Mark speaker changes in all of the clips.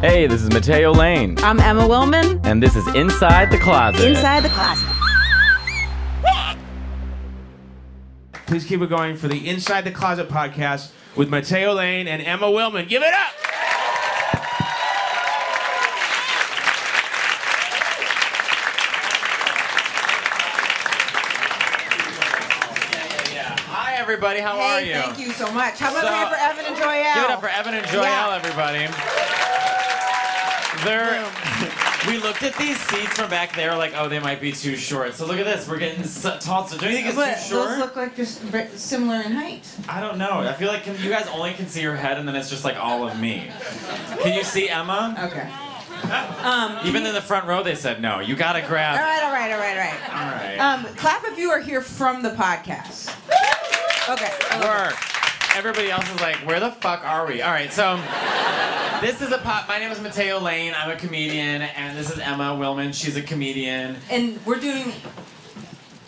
Speaker 1: Hey, this is Mateo Lane,
Speaker 2: I'm Emma Willman.
Speaker 1: and this is Inside the Closet.
Speaker 2: Inside the closet.
Speaker 3: Please keep it going for the Inside the Closet podcast with Mateo Lane and Emma Willman. Give it up!
Speaker 4: Hi, everybody. How are
Speaker 2: Hey,
Speaker 4: you?
Speaker 2: thank you so much. How about
Speaker 4: So-
Speaker 2: that for Evan and Joyelle?
Speaker 4: Give it up for Evan and Joyelle,
Speaker 2: Yeah.
Speaker 4: everybody. They're, we looked at these seats from back there, like, oh, they might be too short. So look at this. We're getting so tall. So don't you think it's
Speaker 2: What,
Speaker 4: too
Speaker 2: those
Speaker 4: short?
Speaker 2: look like just very similar in height.
Speaker 4: I don't know. I feel like can, you guys only can see your head, and then it's just like all of me. Can you see Emma?
Speaker 2: Okay. Uh, Um,
Speaker 4: Even in the front row, they said no. You gotta
Speaker 2: All
Speaker 4: grab.
Speaker 2: right, all right, all right, all right.
Speaker 4: All right.
Speaker 2: Um, clap if you are here from the podcast. Okay. um, I love it.
Speaker 4: Work. Everybody else is like, where the fuck are we? All right, so this is a pop. My name is Mateo Lane. I'm a comedian, and this is Emma Willman. She's a comedian.
Speaker 2: And we're doing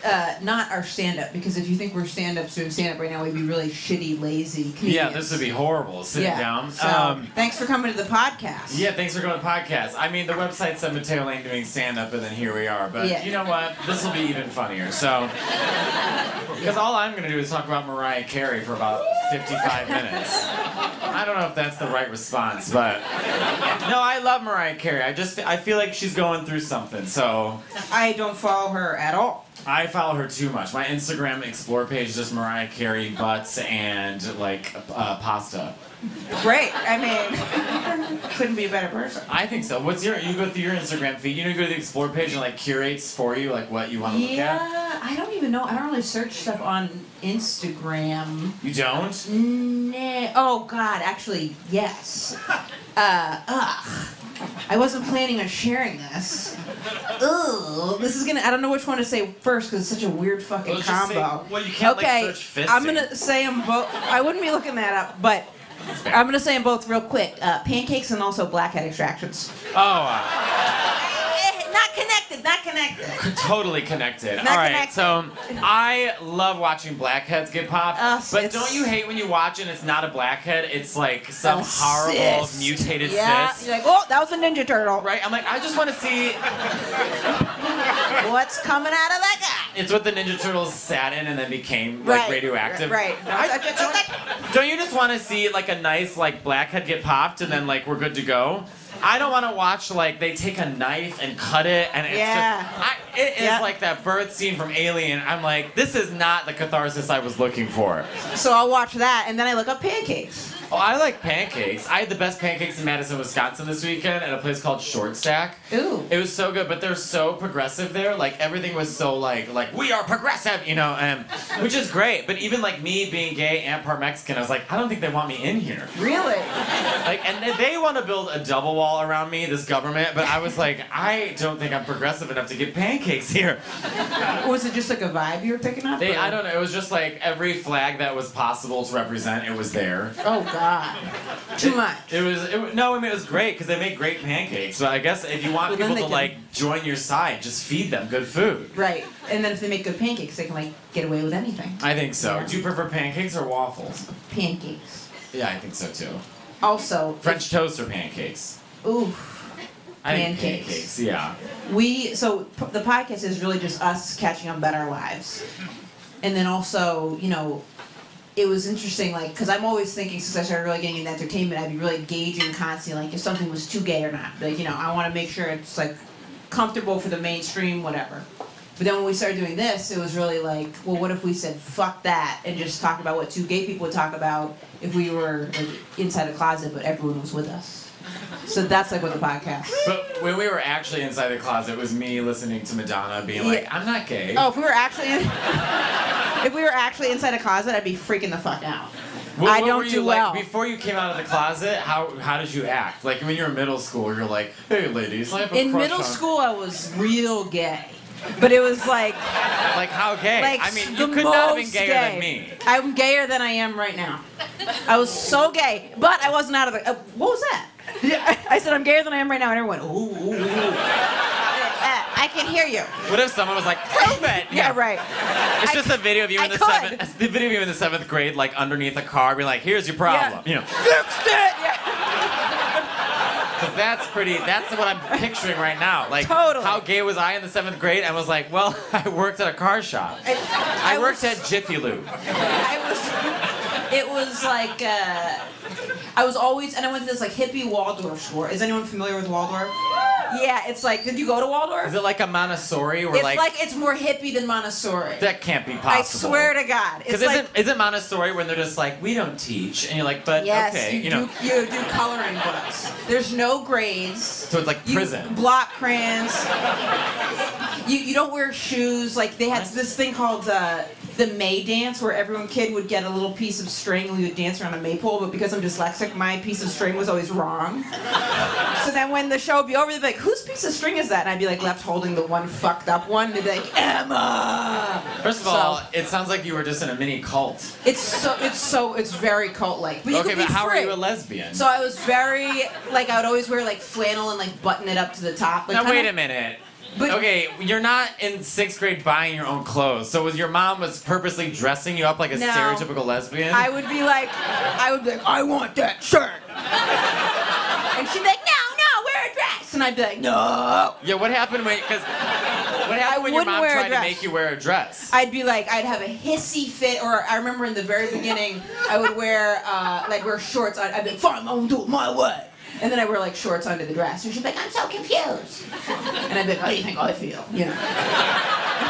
Speaker 2: uh, not our stand up because if you think we're stand ups doing stand up right now, we'd be really shitty, lazy comedians.
Speaker 4: Yeah, this would be horrible sitting
Speaker 2: yeah.
Speaker 4: down.
Speaker 2: So,
Speaker 4: Um,
Speaker 2: thanks for coming to the podcast.
Speaker 4: yeah, thanks for going to the podcast. I mean, the website said Mateo Lane doing stand up, and then here we are. But
Speaker 2: Yeah.
Speaker 4: you know what? This will be even funnier. So, because all I'm going to do is talk about Mariah Carey for about 55 minutes. I don't know if that's the right response, but no, I love Mariah Carey. I just I feel like she's going through something. So
Speaker 2: I don't follow her at all.
Speaker 4: I follow her too much. My Instagram explore page is just Mariah Carey butts and like uh, pasta.
Speaker 2: Great. I mean, couldn't be a better person.
Speaker 4: I think so. What's your? You go through your Instagram feed. You know, you go to the explore page and like curates for you, like what you want to look at.
Speaker 2: Yeah, I don't even know. I don't really search stuff on Instagram.
Speaker 4: You don't.
Speaker 2: Nah. Oh God, actually, yes. Uh, ugh. I wasn't planning on sharing this. Ugh. This is gonna. I don't know which one to say first because it's such a weird fucking
Speaker 4: Well, just
Speaker 2: combo.
Speaker 4: say- well, you can't, like,
Speaker 2: okay,
Speaker 4: search
Speaker 2: I'm
Speaker 4: fisting.
Speaker 2: gonna say them both. I wouldn't be looking that up, but I'm gonna say them both real quick. Uh, pancakes and also blackhead extractions.
Speaker 4: Oh, uh,
Speaker 2: Eh, Not connected. Not connected.
Speaker 4: totally connected.
Speaker 2: Not
Speaker 4: All right,
Speaker 2: connected.
Speaker 4: so I love watching blackheads get popped,
Speaker 2: Ugh,
Speaker 4: but
Speaker 2: Oh, it's-
Speaker 4: don't you hate when you watch and it's not a blackhead? It's like some
Speaker 2: A
Speaker 4: horrible
Speaker 2: cyst.
Speaker 4: mutated
Speaker 2: Yeah.
Speaker 4: cyst.
Speaker 2: You're like, oh, that was a Ninja Turtle.
Speaker 4: Right? I'm like, I just want to see.
Speaker 2: What's coming out of that guy?
Speaker 4: It's what the Ninja Turtles sat in and then became like
Speaker 2: Right,
Speaker 4: radioactive.
Speaker 2: right, right.
Speaker 4: I- don't, don't you just want to see like a nice like blackhead get popped and then like we're good to go? I don't want to watch like they take a knife and cut it and it's
Speaker 2: Yeah.
Speaker 4: just I, it is
Speaker 2: Yep.
Speaker 4: like that birth scene from Alien. I'm like, this is not the catharsis I was looking for.
Speaker 2: So I'll watch that, and then I look up pancakes.
Speaker 4: Oh, I like pancakes. I had the best pancakes in Madison, Wisconsin this weekend at a place called Short Stack.
Speaker 2: Ooh.
Speaker 4: It was so good, but they're so progressive there. Like everything was so like like we are progressive, you know, um, which is great. But even like me being gay and part Mexican, I was like, I don't think they want me in here.
Speaker 2: Really?
Speaker 4: Like, and they, they want to build a double wall around me, this government. But I was like, I don't think I'm progressive enough to get pancakes here.
Speaker 2: Was it just like a vibe you were picking up?
Speaker 4: They,
Speaker 2: or-
Speaker 4: I don't know. It was just like every flag that was possible to represent, it was there.
Speaker 2: Oh God. Too much.
Speaker 4: It was it, wa- no, I mean it was great because they make great pancakes. So I guess if you want
Speaker 2: Well, then
Speaker 4: people
Speaker 2: they
Speaker 4: to
Speaker 2: can-
Speaker 4: like join your side, just feed them good food.
Speaker 2: Right. And then if they make good pancakes, they can like get away with anything.
Speaker 4: I think so. Do you prefer pancakes or waffles?
Speaker 2: Pancakes.
Speaker 4: Yeah, I think so too.
Speaker 2: Also,
Speaker 4: French toast or pancakes?
Speaker 2: Ooh.
Speaker 4: I think
Speaker 2: Pancakes.
Speaker 4: pancakes. Yeah.
Speaker 2: We so p- the podcast is really just us catching up about our lives, and then also you know, it was interesting like because I'm always thinking since I started really getting into entertainment, I'd be really gauging constantly like if something was too gay or not. Like you know, I want to make sure it's like comfortable for the mainstream, whatever. But then when we started doing this, it was really like, well, what if we said fuck that and just talked about what two gay people would talk about if we were like inside a closet, but everyone was with us. So that's like what the podcast.
Speaker 4: But when we were actually inside the closet, it was me listening to Madonna being like,
Speaker 2: Yeah.
Speaker 4: "I'm not gay."
Speaker 2: Oh, if we were actually in, if we were actually inside a closet, I'd be freaking the fuck out.
Speaker 4: What,
Speaker 2: I
Speaker 4: what
Speaker 2: don't
Speaker 4: were you
Speaker 2: do
Speaker 4: like
Speaker 2: well.
Speaker 4: before you came out of the closet? How how did you act? Like when you were in middle school, you're like, "Hey, ladies, I have a
Speaker 2: in
Speaker 4: crush
Speaker 2: middle
Speaker 4: on-"
Speaker 2: school, I was real gay, but it was like
Speaker 4: Like how gay?
Speaker 2: like
Speaker 4: I mean,
Speaker 2: the
Speaker 4: you could not have been
Speaker 2: most
Speaker 4: gayer
Speaker 2: gay.
Speaker 4: than me.
Speaker 2: I'm gayer than I am right now. I was so gay, but I wasn't out of the. Uh, what was that? Yeah, I, I said I'm gayer than I am right now, and everyone went, ooh, ooh, ooh. Uh, I can hear you.
Speaker 4: What if someone was like, prove it?
Speaker 2: Yeah, right.
Speaker 4: It's
Speaker 2: I
Speaker 4: just a video of you
Speaker 2: I
Speaker 4: in the
Speaker 2: could.
Speaker 4: seventh, the video of you in the seventh grade, like underneath a car, be like, here's your problem. You know,
Speaker 2: Fixed it. Yeah.
Speaker 4: Cause that's pretty. That's what I'm picturing right now. Like,
Speaker 2: Totally.
Speaker 4: how gay was I in the seventh grade? I was like, well, I worked at a car shop.
Speaker 2: I,
Speaker 4: I,
Speaker 2: I
Speaker 4: worked
Speaker 2: was-
Speaker 4: at Jiffy Lube.
Speaker 2: I was. It was like uh, I was always, and I went to this like hippie Waldorf school. Is anyone familiar with Waldorf? Yeah, it's like. Did you go to Waldorf?
Speaker 4: Is it like a Montessori? Where
Speaker 2: it's
Speaker 4: like,
Speaker 2: like, it's more hippie than Montessori.
Speaker 4: that can't be possible.
Speaker 2: I swear to God, it's
Speaker 4: Because
Speaker 2: like
Speaker 4: isn't isn't Montessori when they're just like we don't teach and you're like but
Speaker 2: yes,
Speaker 4: okay
Speaker 2: you,
Speaker 4: you, know
Speaker 2: do you do coloring books. There's no grades.
Speaker 4: so it's like
Speaker 2: You
Speaker 4: prison.
Speaker 2: block crayons. you, you don't wear shoes. Like they had this thing called uh, the May dance, where everyone kid would get a little piece of string and we would dance around a maypole. But because I'm dyslexic, my piece of string was always wrong. so then when the show would be over, they'd be like, "Whose piece of string is that?" And I'd be like left holding the one fucked up one. They'd be like, "Emma."
Speaker 4: First of
Speaker 2: So-
Speaker 4: all, it sounds like you were just in a mini cult.
Speaker 2: It's so it's so it's very cult like.
Speaker 4: okay, but how are you a lesbian?
Speaker 2: So I was very like I would always wear like flannel and like button it up to the top. Like,
Speaker 4: now
Speaker 2: kinda-
Speaker 4: wait a minute.
Speaker 2: But-
Speaker 4: okay, you're not in sixth grade buying your own clothes. So was your mom was purposely dressing you up like a
Speaker 2: No.
Speaker 4: stereotypical lesbian?
Speaker 2: I would be like, I would be like, I want that shirt. and she'd be like, No, no, wear a dress. And I'd be like, No.
Speaker 4: yeah. What happened when? Because what
Speaker 2: I
Speaker 4: happened when your
Speaker 2: wouldn't
Speaker 4: mom
Speaker 2: wear a
Speaker 4: tried to
Speaker 2: dress.
Speaker 4: make you wear a dress?
Speaker 2: I'd be like, I'd have a hissy fit, or I remember in the very beginning, I would wear uh, like wear shorts. I'd, I'd be like, Fine, I'm gonna do it my way. And then I wear like shorts under the dress, and she'd be like, I'm so confused. And I'd be like, How do you think I feel? You know.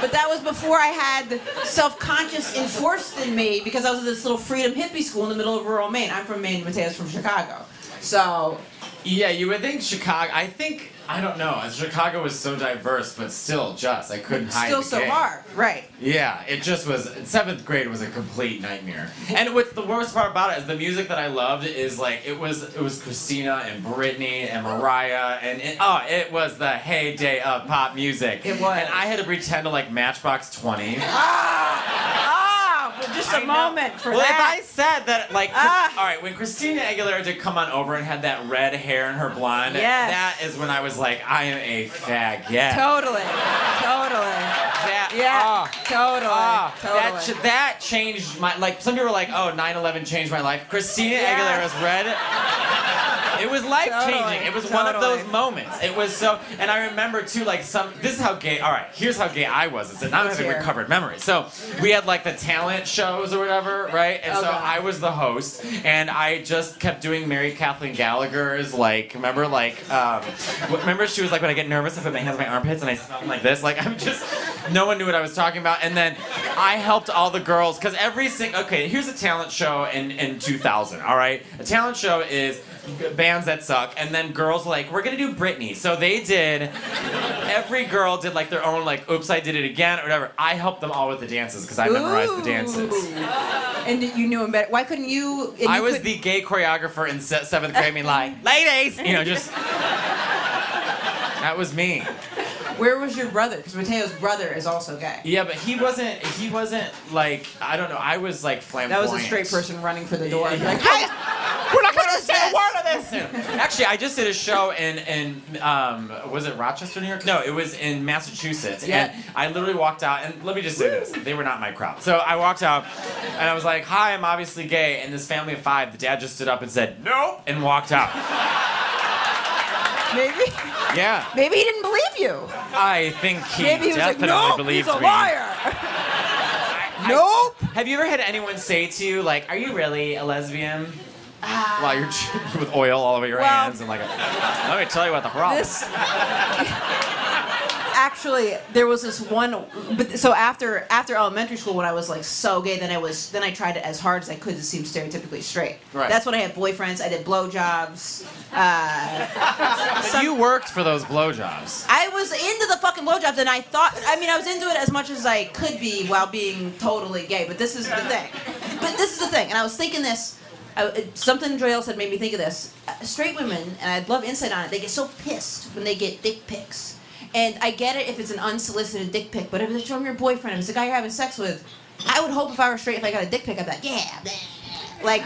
Speaker 2: But that was before I had self-conscious enforced in me because I was at this little freedom hippie school in the middle of rural Maine. I'm from Maine. Mateo's from Chicago. So
Speaker 4: yeah, you would think Chicago. I think I don't know. Chicago was so diverse, but still, just I couldn't hide.
Speaker 2: still
Speaker 4: the
Speaker 2: so
Speaker 4: gay.
Speaker 2: hard, right?
Speaker 4: Yeah, it just was. Seventh grade was a complete nightmare. And what's the worst part about it is the music that I loved is like it was it was Christina and Britney and Mariah and it, oh it was the heyday of pop music.
Speaker 2: It was.
Speaker 4: And I had to pretend to like Matchbox Twenty.
Speaker 2: Ah, ah, just a
Speaker 4: I know.
Speaker 2: moment for
Speaker 4: well,
Speaker 2: that.
Speaker 4: if I said that, like, Chris-
Speaker 2: Ah.
Speaker 4: all right, when Christina Aguilera did come on over and had that red hair and her blonde,
Speaker 2: Yes.
Speaker 4: that is when I was like, I am a faggot.
Speaker 2: Totally. Totally.
Speaker 4: That-
Speaker 2: Yeah.
Speaker 4: ah.
Speaker 2: totally.
Speaker 4: Ah, that,
Speaker 2: totally.
Speaker 4: ch- that changed my like. Some people were like, "Oh, 9/11 changed my life." Christina
Speaker 2: Yeah.
Speaker 4: Aguilera's red. It was life changing.
Speaker 2: Totally,
Speaker 4: it was one of those
Speaker 2: totally.
Speaker 4: moments. It was so, and I remember too, like some. This is how gay. All right, here's how gay I was. It's, and I'm
Speaker 2: Let's
Speaker 4: having
Speaker 2: hear.
Speaker 4: recovered memories. So we had like the talent shows or whatever, right? And
Speaker 2: Oh,
Speaker 4: so
Speaker 2: God.
Speaker 4: I was the host, and I just kept doing Mary Kathleen Gallagher's. Like, remember, like, um, w- remember she was like, when I get nervous, I put my hands on my armpits and I smell them like this. Like, I'm just. No one knew what I was talking about, and then I helped all the girls because every single. Okay, here's a talent show in in 2000. All right, a talent show is bands that suck, and then girls like we're gonna do Britney. So they did every girl did like their own like oops i did it again or whatever i helped them all with the dances because i memorized the dances
Speaker 2: Ooh. And you knew him better. Why couldn't you? and
Speaker 4: i
Speaker 2: you
Speaker 4: was
Speaker 2: couldn't-
Speaker 4: the gay choreographer in se- seventh grade me like ladies you know just that was me
Speaker 2: Where was your brother? Because Mateo's brother is also gay.
Speaker 4: yeah but he wasn't he wasn't like i don't know i was like
Speaker 2: That
Speaker 4: flamboyant
Speaker 2: was a straight person running for the door.
Speaker 4: Yeah, yeah.
Speaker 2: Like,
Speaker 4: Hey, we're not
Speaker 2: What
Speaker 4: gonna
Speaker 2: is
Speaker 4: say
Speaker 2: this?
Speaker 4: a word of this. Actually, I just did a show in in um, was it Rochester, New York? No, it was in Massachusetts.
Speaker 2: Yeah.
Speaker 4: And I literally walked out, and let me just say this: they were not my crowd. So I walked out, and I was like, "Hi, I'm obviously gay." And this family of five, the dad just stood up and said, "Nope," and walked out.
Speaker 2: maybe,
Speaker 4: Yeah,
Speaker 2: maybe he didn't believe you.
Speaker 4: I think he
Speaker 2: Maybe he was like,
Speaker 4: definitely
Speaker 2: no,
Speaker 4: believed
Speaker 2: he's a
Speaker 4: me.
Speaker 2: liar.
Speaker 4: I-
Speaker 2: Nope.
Speaker 4: Have you ever had anyone say to you, like, "Are you really a lesbian?" While you're with oil all over your
Speaker 2: Ah. Well-
Speaker 4: hands and like, let me tell you what the problem. is."
Speaker 2: This. Actually, there was this one. But so after after elementary school, when I was like so gay, then I was then I tried it as hard as I could to seem stereotypically straight.
Speaker 4: Right.
Speaker 2: That's when I had boyfriends. I did blowjobs.
Speaker 4: But you worked for those blowjobs.
Speaker 2: I was into the fucking blowjobs, and I thought, I mean, I was into it as much as I could be while being totally gay. But this is the thing. But this is the thing, and I was thinking this. I, it- something Joelle said made me think of this. Uh, straight women, and I'd love insight on it. They get so pissed when they get dick pics, and I get it if it's an unsolicited dick pic. But if it's from your boyfriend, if it's a guy you're having sex with, I would hope if I were straight, if I got a dick pic, I'd be like, yeah, bleh." like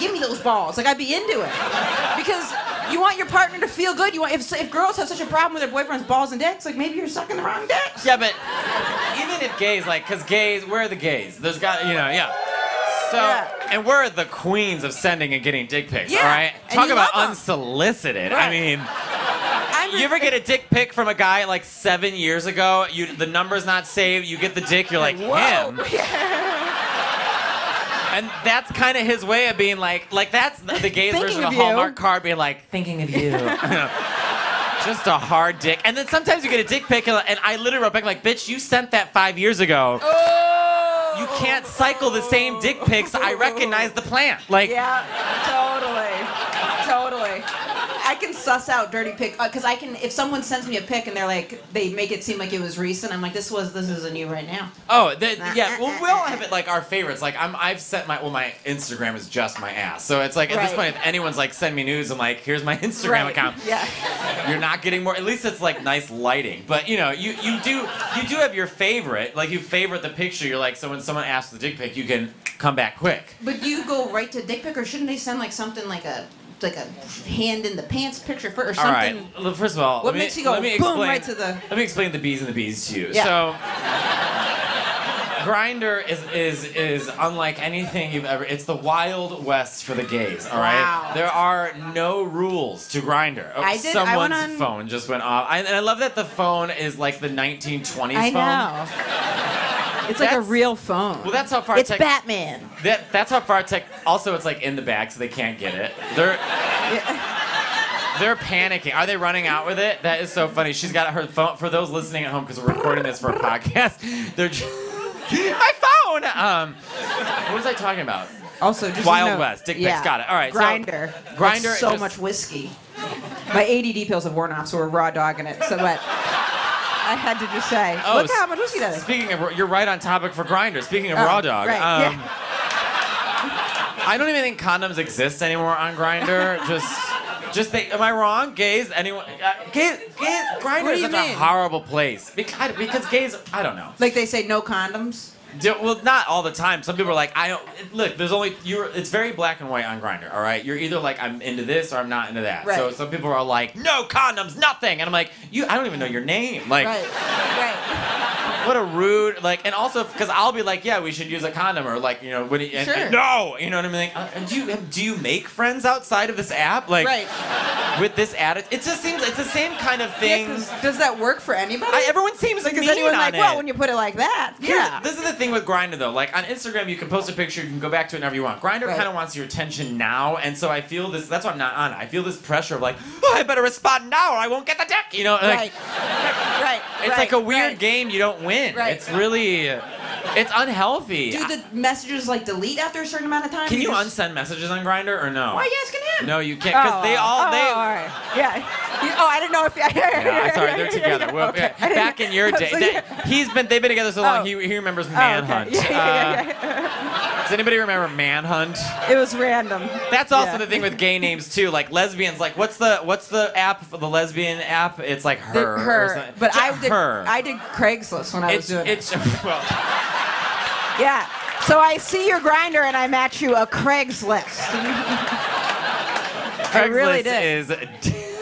Speaker 2: give me those balls. Like I'd be into it because you want your partner to feel good. You want if, if girls have such a problem with their boyfriend's balls and dicks, like maybe you're sucking the wrong dicks.
Speaker 4: Yeah, but even if gays, like, cause gays, where are the gays? There's got, you know, yeah. So
Speaker 2: Yeah.
Speaker 4: And we're the queens of sending and getting dick pics,
Speaker 2: Yeah,
Speaker 4: all right?
Speaker 2: and
Speaker 4: Talk
Speaker 2: you
Speaker 4: about
Speaker 2: love 'em.
Speaker 4: unsolicited. I
Speaker 2: Right.
Speaker 4: mean,
Speaker 2: I'm
Speaker 4: you ever get a dick pic from a guy like seven years ago? You the number's not saved. You get the dick. You're like him. And that's kind of his way of being like, like that's the the gay's version
Speaker 5: Thinking
Speaker 4: of a
Speaker 5: of you.
Speaker 4: Hallmark card, being like, thinking of you. Just a hard dick. And then sometimes you get a dick pic, and and I literally wrote back like, bitch, you sent that five years ago.
Speaker 5: Oh.
Speaker 4: You can't cycle the same dick pics. I recognize the plan. Like,
Speaker 2: Yeah, totally, totally. I can suss out dirty pic because I can. If someone sends me a pic and they're like, they make it seem like it was recent. I'm like, this was, this isn't you right now.
Speaker 4: Oh, the, yeah. Well, we all have it like our favorites. Like I'm, I've set my well, my Instagram is just my ass. So it's like at this
Speaker 5: Right.
Speaker 4: point, if anyone's like send me news, I'm like, here's my Instagram
Speaker 5: Right.
Speaker 4: account.
Speaker 5: Yeah.
Speaker 4: You're not getting more. At least it's like nice lighting. But you know, you you do you do have your favorite. Like you favorite the picture. You're like, so when someone asks for the dick pic, you can come back quick.
Speaker 2: But do you go right to dick pic, or shouldn't they send like something like a, like a hand in the pants picture first, or
Speaker 4: All
Speaker 2: something?
Speaker 4: right. Well, first of all,
Speaker 2: What
Speaker 4: let me-
Speaker 2: makes you go
Speaker 4: let me
Speaker 2: boom
Speaker 4: explain-
Speaker 2: right to the-
Speaker 4: Let me explain the bees and the bees to you.
Speaker 2: Yeah.
Speaker 4: So, Grinder is is is unlike anything you've ever. It's the wild west for the gays. All right.
Speaker 2: Wow.
Speaker 4: There are no rules to Grinder.
Speaker 2: I did- I
Speaker 4: Someone's
Speaker 2: went on-
Speaker 4: phone just went off, I, and I love that the phone is like the 1920s
Speaker 5: I
Speaker 4: phone.
Speaker 5: know. It's like a
Speaker 4: That's-
Speaker 5: real phone.
Speaker 4: Well, that's how far
Speaker 5: It's
Speaker 4: tech.
Speaker 5: Batman.
Speaker 4: That, that's how far tech. Also, it's like in the back, so they can't get it. They're they're panicking. Are they running out with it? That is so funny. She's got her phone. For those listening at home, because we're recording this for a podcast, they're just, my phone. Um, what was I talking about?
Speaker 2: Also, just so you
Speaker 4: Wild
Speaker 2: know-
Speaker 4: West, dick pics,
Speaker 2: yeah.
Speaker 4: got it. All right, so-
Speaker 2: Grinder.
Speaker 4: Grindr
Speaker 2: so
Speaker 4: just-
Speaker 2: much whiskey. My ADD pills have worn off, so we're raw dogging it. So what? I had to just say, look how much whiskey that is.
Speaker 4: Oh, Speaking of, you're right on topic for Grinder. Speaking of
Speaker 2: Oh,
Speaker 4: raw dog,
Speaker 2: right,
Speaker 4: um,
Speaker 2: yeah.
Speaker 4: I don't even think condoms exist anymore on Grinder. just, just think, am I wrong? Gays, anyone? Uh, gays, gays, Grinder
Speaker 2: What do
Speaker 4: is
Speaker 2: you
Speaker 4: such a
Speaker 2: mean?
Speaker 4: horrible place because, because gays, I don't know.
Speaker 2: Like they say, no condoms.
Speaker 4: Do- well, not all the time. Some people are like, I don't look. There's only you're. It's very black and white on Grinder. All right, you're either like I'm into this or I'm not into that. So
Speaker 2: Right.
Speaker 4: some people are like, no condoms, nothing, and I'm like, you. I don't even know your name. Like,
Speaker 2: Right, right.
Speaker 4: what a rude like. And also because I'll be like, yeah, we should use a condom or like you know when. And,
Speaker 2: Sure.
Speaker 4: no, you know what I mean. Like, uh, do you do you make friends outside of this app? Like,
Speaker 2: Right.
Speaker 4: with this attitude, it just seems it's the same kind of thing.
Speaker 2: Yeah, 'cause does that work for anybody?
Speaker 4: I, everyone seems
Speaker 2: like,
Speaker 4: mean
Speaker 2: is anyone
Speaker 4: on
Speaker 2: like,
Speaker 4: it.
Speaker 2: well, when you put it like that,
Speaker 4: Here's-
Speaker 2: yeah.
Speaker 4: This is the thing with Grinder though. Like on Instagram, you can post a picture, you can go back to it whenever you want. Grinder
Speaker 2: Right.
Speaker 4: kind of wants your attention now, and so I feel this. That's why I'm not on it. I feel this pressure of like, oh, I better respond now, or I won't get the dick. You know, like,
Speaker 2: right, right.
Speaker 4: it's
Speaker 2: right,
Speaker 4: like a weird
Speaker 2: right.
Speaker 4: game you don't win.
Speaker 2: Right.
Speaker 4: It's really, it's unhealthy.
Speaker 2: Do the messages like delete after a certain amount of time?
Speaker 4: can you
Speaker 2: just-
Speaker 4: unsend messages on Grinder or no?
Speaker 2: Why are you asking him?
Speaker 4: No, you can't, because they all
Speaker 5: oh,
Speaker 4: they.
Speaker 5: oh, all right. Yeah. You- oh, I didn't know if.
Speaker 4: Yeah, I'm sorry, they're together. Well,
Speaker 5: Okay.
Speaker 4: yeah, Back in your
Speaker 5: I was
Speaker 4: day,
Speaker 5: like-
Speaker 4: they- he's been they've been together so long.
Speaker 5: Oh.
Speaker 4: He, he remembers
Speaker 5: Oh, okay.
Speaker 4: Manhunt.
Speaker 5: Yeah, yeah, yeah, yeah.
Speaker 4: Uh, does anybody remember Manhunt?
Speaker 5: It was random.
Speaker 4: Uh, That's also
Speaker 5: Yeah.
Speaker 4: the thing with gay names too. Like lesbians, like what's the what's the app for the lesbian app? It's like
Speaker 2: The-
Speaker 4: her. or something.
Speaker 2: but
Speaker 4: Ju-
Speaker 2: I did.
Speaker 4: her.
Speaker 2: I did Craigslist when I
Speaker 4: it's,
Speaker 2: was doing it.
Speaker 4: it's well,
Speaker 5: Yeah. So I see your grinder and I match you a Craigslist.
Speaker 4: Craigslist
Speaker 5: really did.
Speaker 4: is.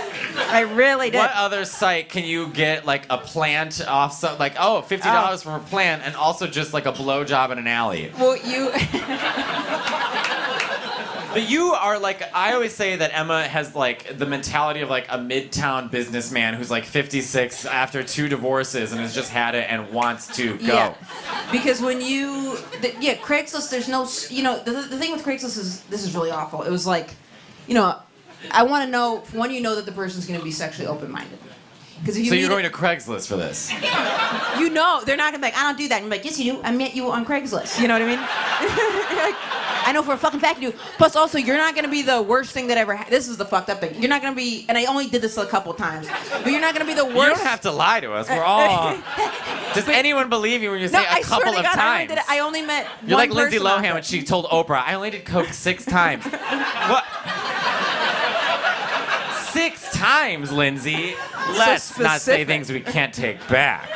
Speaker 5: I really did.
Speaker 4: What other site can you get like a plant off? So, like oh, $50 for a plant, and also just like a blowjob in an alley.
Speaker 2: Well, you.
Speaker 4: But you are like I always say that Emma has like the mentality of like a midtown businessman who's like 56 after two divorces and has just had it and wants to go.
Speaker 2: Yeah. Because when you, the, yeah, Craigslist, there's no, s- you know, the, the thing with Craigslist is this is really awful. It was like, you know, I want to know for one, you know that the person's going to be sexually open-minded. Because if you
Speaker 4: so
Speaker 2: meet,
Speaker 4: you're going to Craigslist for this.
Speaker 2: you know, they're not gonna be like, I don't do that. And you're like, yes, you do. I met you on Craigslist. You know what I mean? Like, I know for a fucking fact you do. Plus, also, you're not gonna be the worst thing that ever. Ha- this is the fucked up thing. You're not gonna be, and I only did this a couple times, but you're not gonna be the worst.
Speaker 4: You don't have to lie to us. We're all. Does anyone believe you when you say
Speaker 2: Uh, no,
Speaker 4: a
Speaker 2: I
Speaker 4: couple
Speaker 2: swear to
Speaker 4: of
Speaker 2: God, I only
Speaker 4: times?
Speaker 2: did it. I only met.
Speaker 4: You're
Speaker 2: one
Speaker 4: like Lindsay
Speaker 2: person out
Speaker 4: Lohan
Speaker 2: there.
Speaker 4: when she told Oprah, "I only did coke six times." what? Six times, Lindsay. Let's not say
Speaker 2: specific.
Speaker 4: things we can't take back.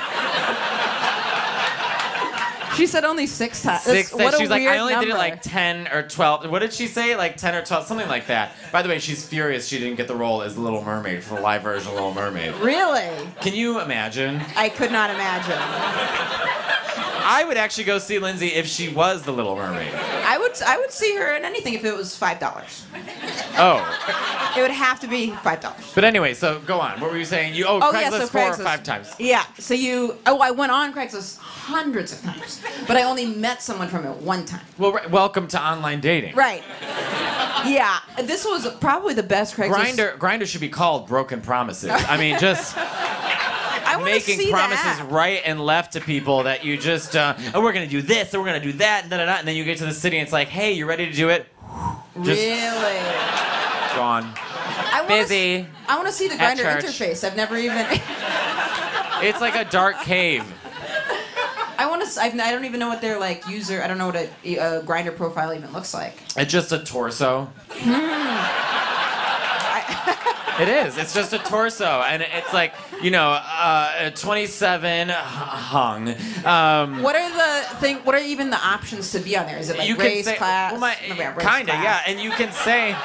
Speaker 2: She said only six times. That's-
Speaker 4: Six. times.
Speaker 2: What a
Speaker 4: she's like,
Speaker 2: weird
Speaker 4: "I only did it
Speaker 2: number."
Speaker 4: like ten or 12. What did she say? Like ten or twelve, something like that. By the way, she's furious she didn't get the role as the Little Mermaid for the live version of Little Mermaid.
Speaker 2: Really?
Speaker 4: Can you imagine?
Speaker 2: I could not imagine.
Speaker 4: I would actually go see Lindsay if she was the Little Mermaid.
Speaker 2: I would I would see her in anything if it was five dollars.
Speaker 4: Oh,
Speaker 2: It would have to be five dollars.
Speaker 4: but anyway, so go on. What were you saying? You oh,
Speaker 2: Oh
Speaker 4: Craigslist
Speaker 2: yeah, so
Speaker 4: four
Speaker 2: Craigslist.
Speaker 4: or five times.
Speaker 2: Yeah. So you oh I went on Craigslist hundreds of times, but I only met someone from it one time.
Speaker 4: Well, right, welcome to online dating.
Speaker 2: Right. Yeah. This was probably the best Craigslist.
Speaker 4: Grinder Grinder should be called Broken Promises. I mean, just
Speaker 2: I wanna
Speaker 4: making
Speaker 2: see
Speaker 4: promises
Speaker 2: that.
Speaker 4: right and left to people that you just uh, oh we're gonna do this and we're gonna do that and da da da and then you get to the city and it's like hey you ready to do it just-
Speaker 2: really.
Speaker 4: gone
Speaker 2: I wanna
Speaker 4: busy.
Speaker 2: s- I want to see the
Speaker 4: At
Speaker 2: grinder
Speaker 4: church.
Speaker 2: interface. I've never even.
Speaker 4: it's like a dark cave
Speaker 2: I want to. I've, I don't even know what their like user. I don't know what a, a grinder profile even looks like.
Speaker 4: it's just a torso it is it's just a torso and it's like you know uh, 27 h- hung um,
Speaker 2: What are the thing? What are even the options to be on there? Is it like
Speaker 4: you can
Speaker 2: race,
Speaker 4: say
Speaker 2: class?
Speaker 4: well, my-
Speaker 2: no, yeah, race,
Speaker 4: kinda
Speaker 2: class.
Speaker 4: yeah and you can say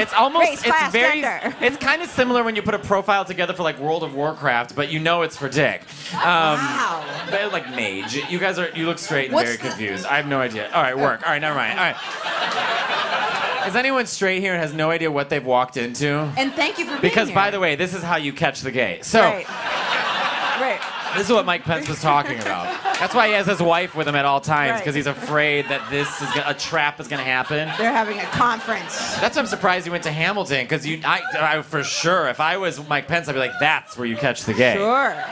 Speaker 4: it's almost
Speaker 5: Race,
Speaker 4: it's
Speaker 5: class,
Speaker 4: very
Speaker 5: gender.
Speaker 4: it's kind of similar when you put a profile together for like World of Warcraft but you know it's for dick um,
Speaker 2: Wow.
Speaker 4: They're like mage. You guys are you look straight and
Speaker 2: What's
Speaker 4: very
Speaker 2: the-
Speaker 4: confused. I have no idea. All right, work. All right, never mind. All right. Is anyone straight here and has no idea what they've walked into?
Speaker 2: And thank you for being
Speaker 4: Because
Speaker 2: here.
Speaker 4: by the way, this is how you catch the gay. So
Speaker 5: Right. Right.
Speaker 4: this is what Mike Pence was talking about. That's why he has his wife with him at all times
Speaker 5: Right.
Speaker 4: because he's afraid that this is gonna, a trap is going to happen.
Speaker 5: They're having a conference.
Speaker 4: That's why I'm surprised you went to Hamilton because you, I, I, for sure, if I was Mike Pence, I'd be like, that's where you catch the gay.
Speaker 5: Sure.
Speaker 4: His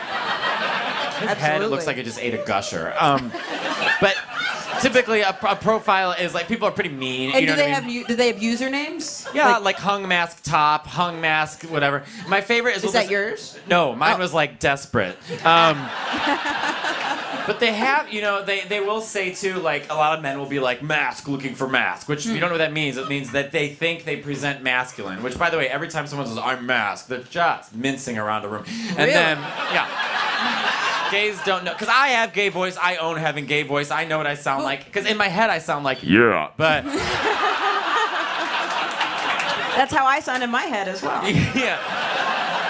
Speaker 4: head it looks
Speaker 5: Absolutely.
Speaker 4: like it just ate a gusher. Um, but typically, a, a profile is like people are pretty mean.
Speaker 2: and
Speaker 4: you know
Speaker 2: do they
Speaker 4: what I
Speaker 2: have
Speaker 4: mean?
Speaker 2: u- do they have usernames?
Speaker 4: yeah, like,
Speaker 2: Like,
Speaker 4: hung mask top, hung mask, whatever. My favorite
Speaker 2: is
Speaker 4: is what
Speaker 2: that
Speaker 4: was-
Speaker 2: yours?
Speaker 4: No, mine
Speaker 2: Oh.
Speaker 4: was like desperate. Um, but they have, you know, they, they will say too, like a lot of men will be like mask looking for mask, which
Speaker 2: Hmm.
Speaker 4: you don't know what that means. It means that they think they present masculine. Which, by the way, every time someone says I'm masked, they're just mincing around the room. And
Speaker 2: Really?
Speaker 4: then, yeah. Gays don't know, cause I have gay voice. I own having gay voice. I know what I sound
Speaker 2: Well-
Speaker 4: like, cause in my head I sound like
Speaker 1: Yeah.
Speaker 4: But
Speaker 2: That's how I sound in my head as well.
Speaker 4: yeah,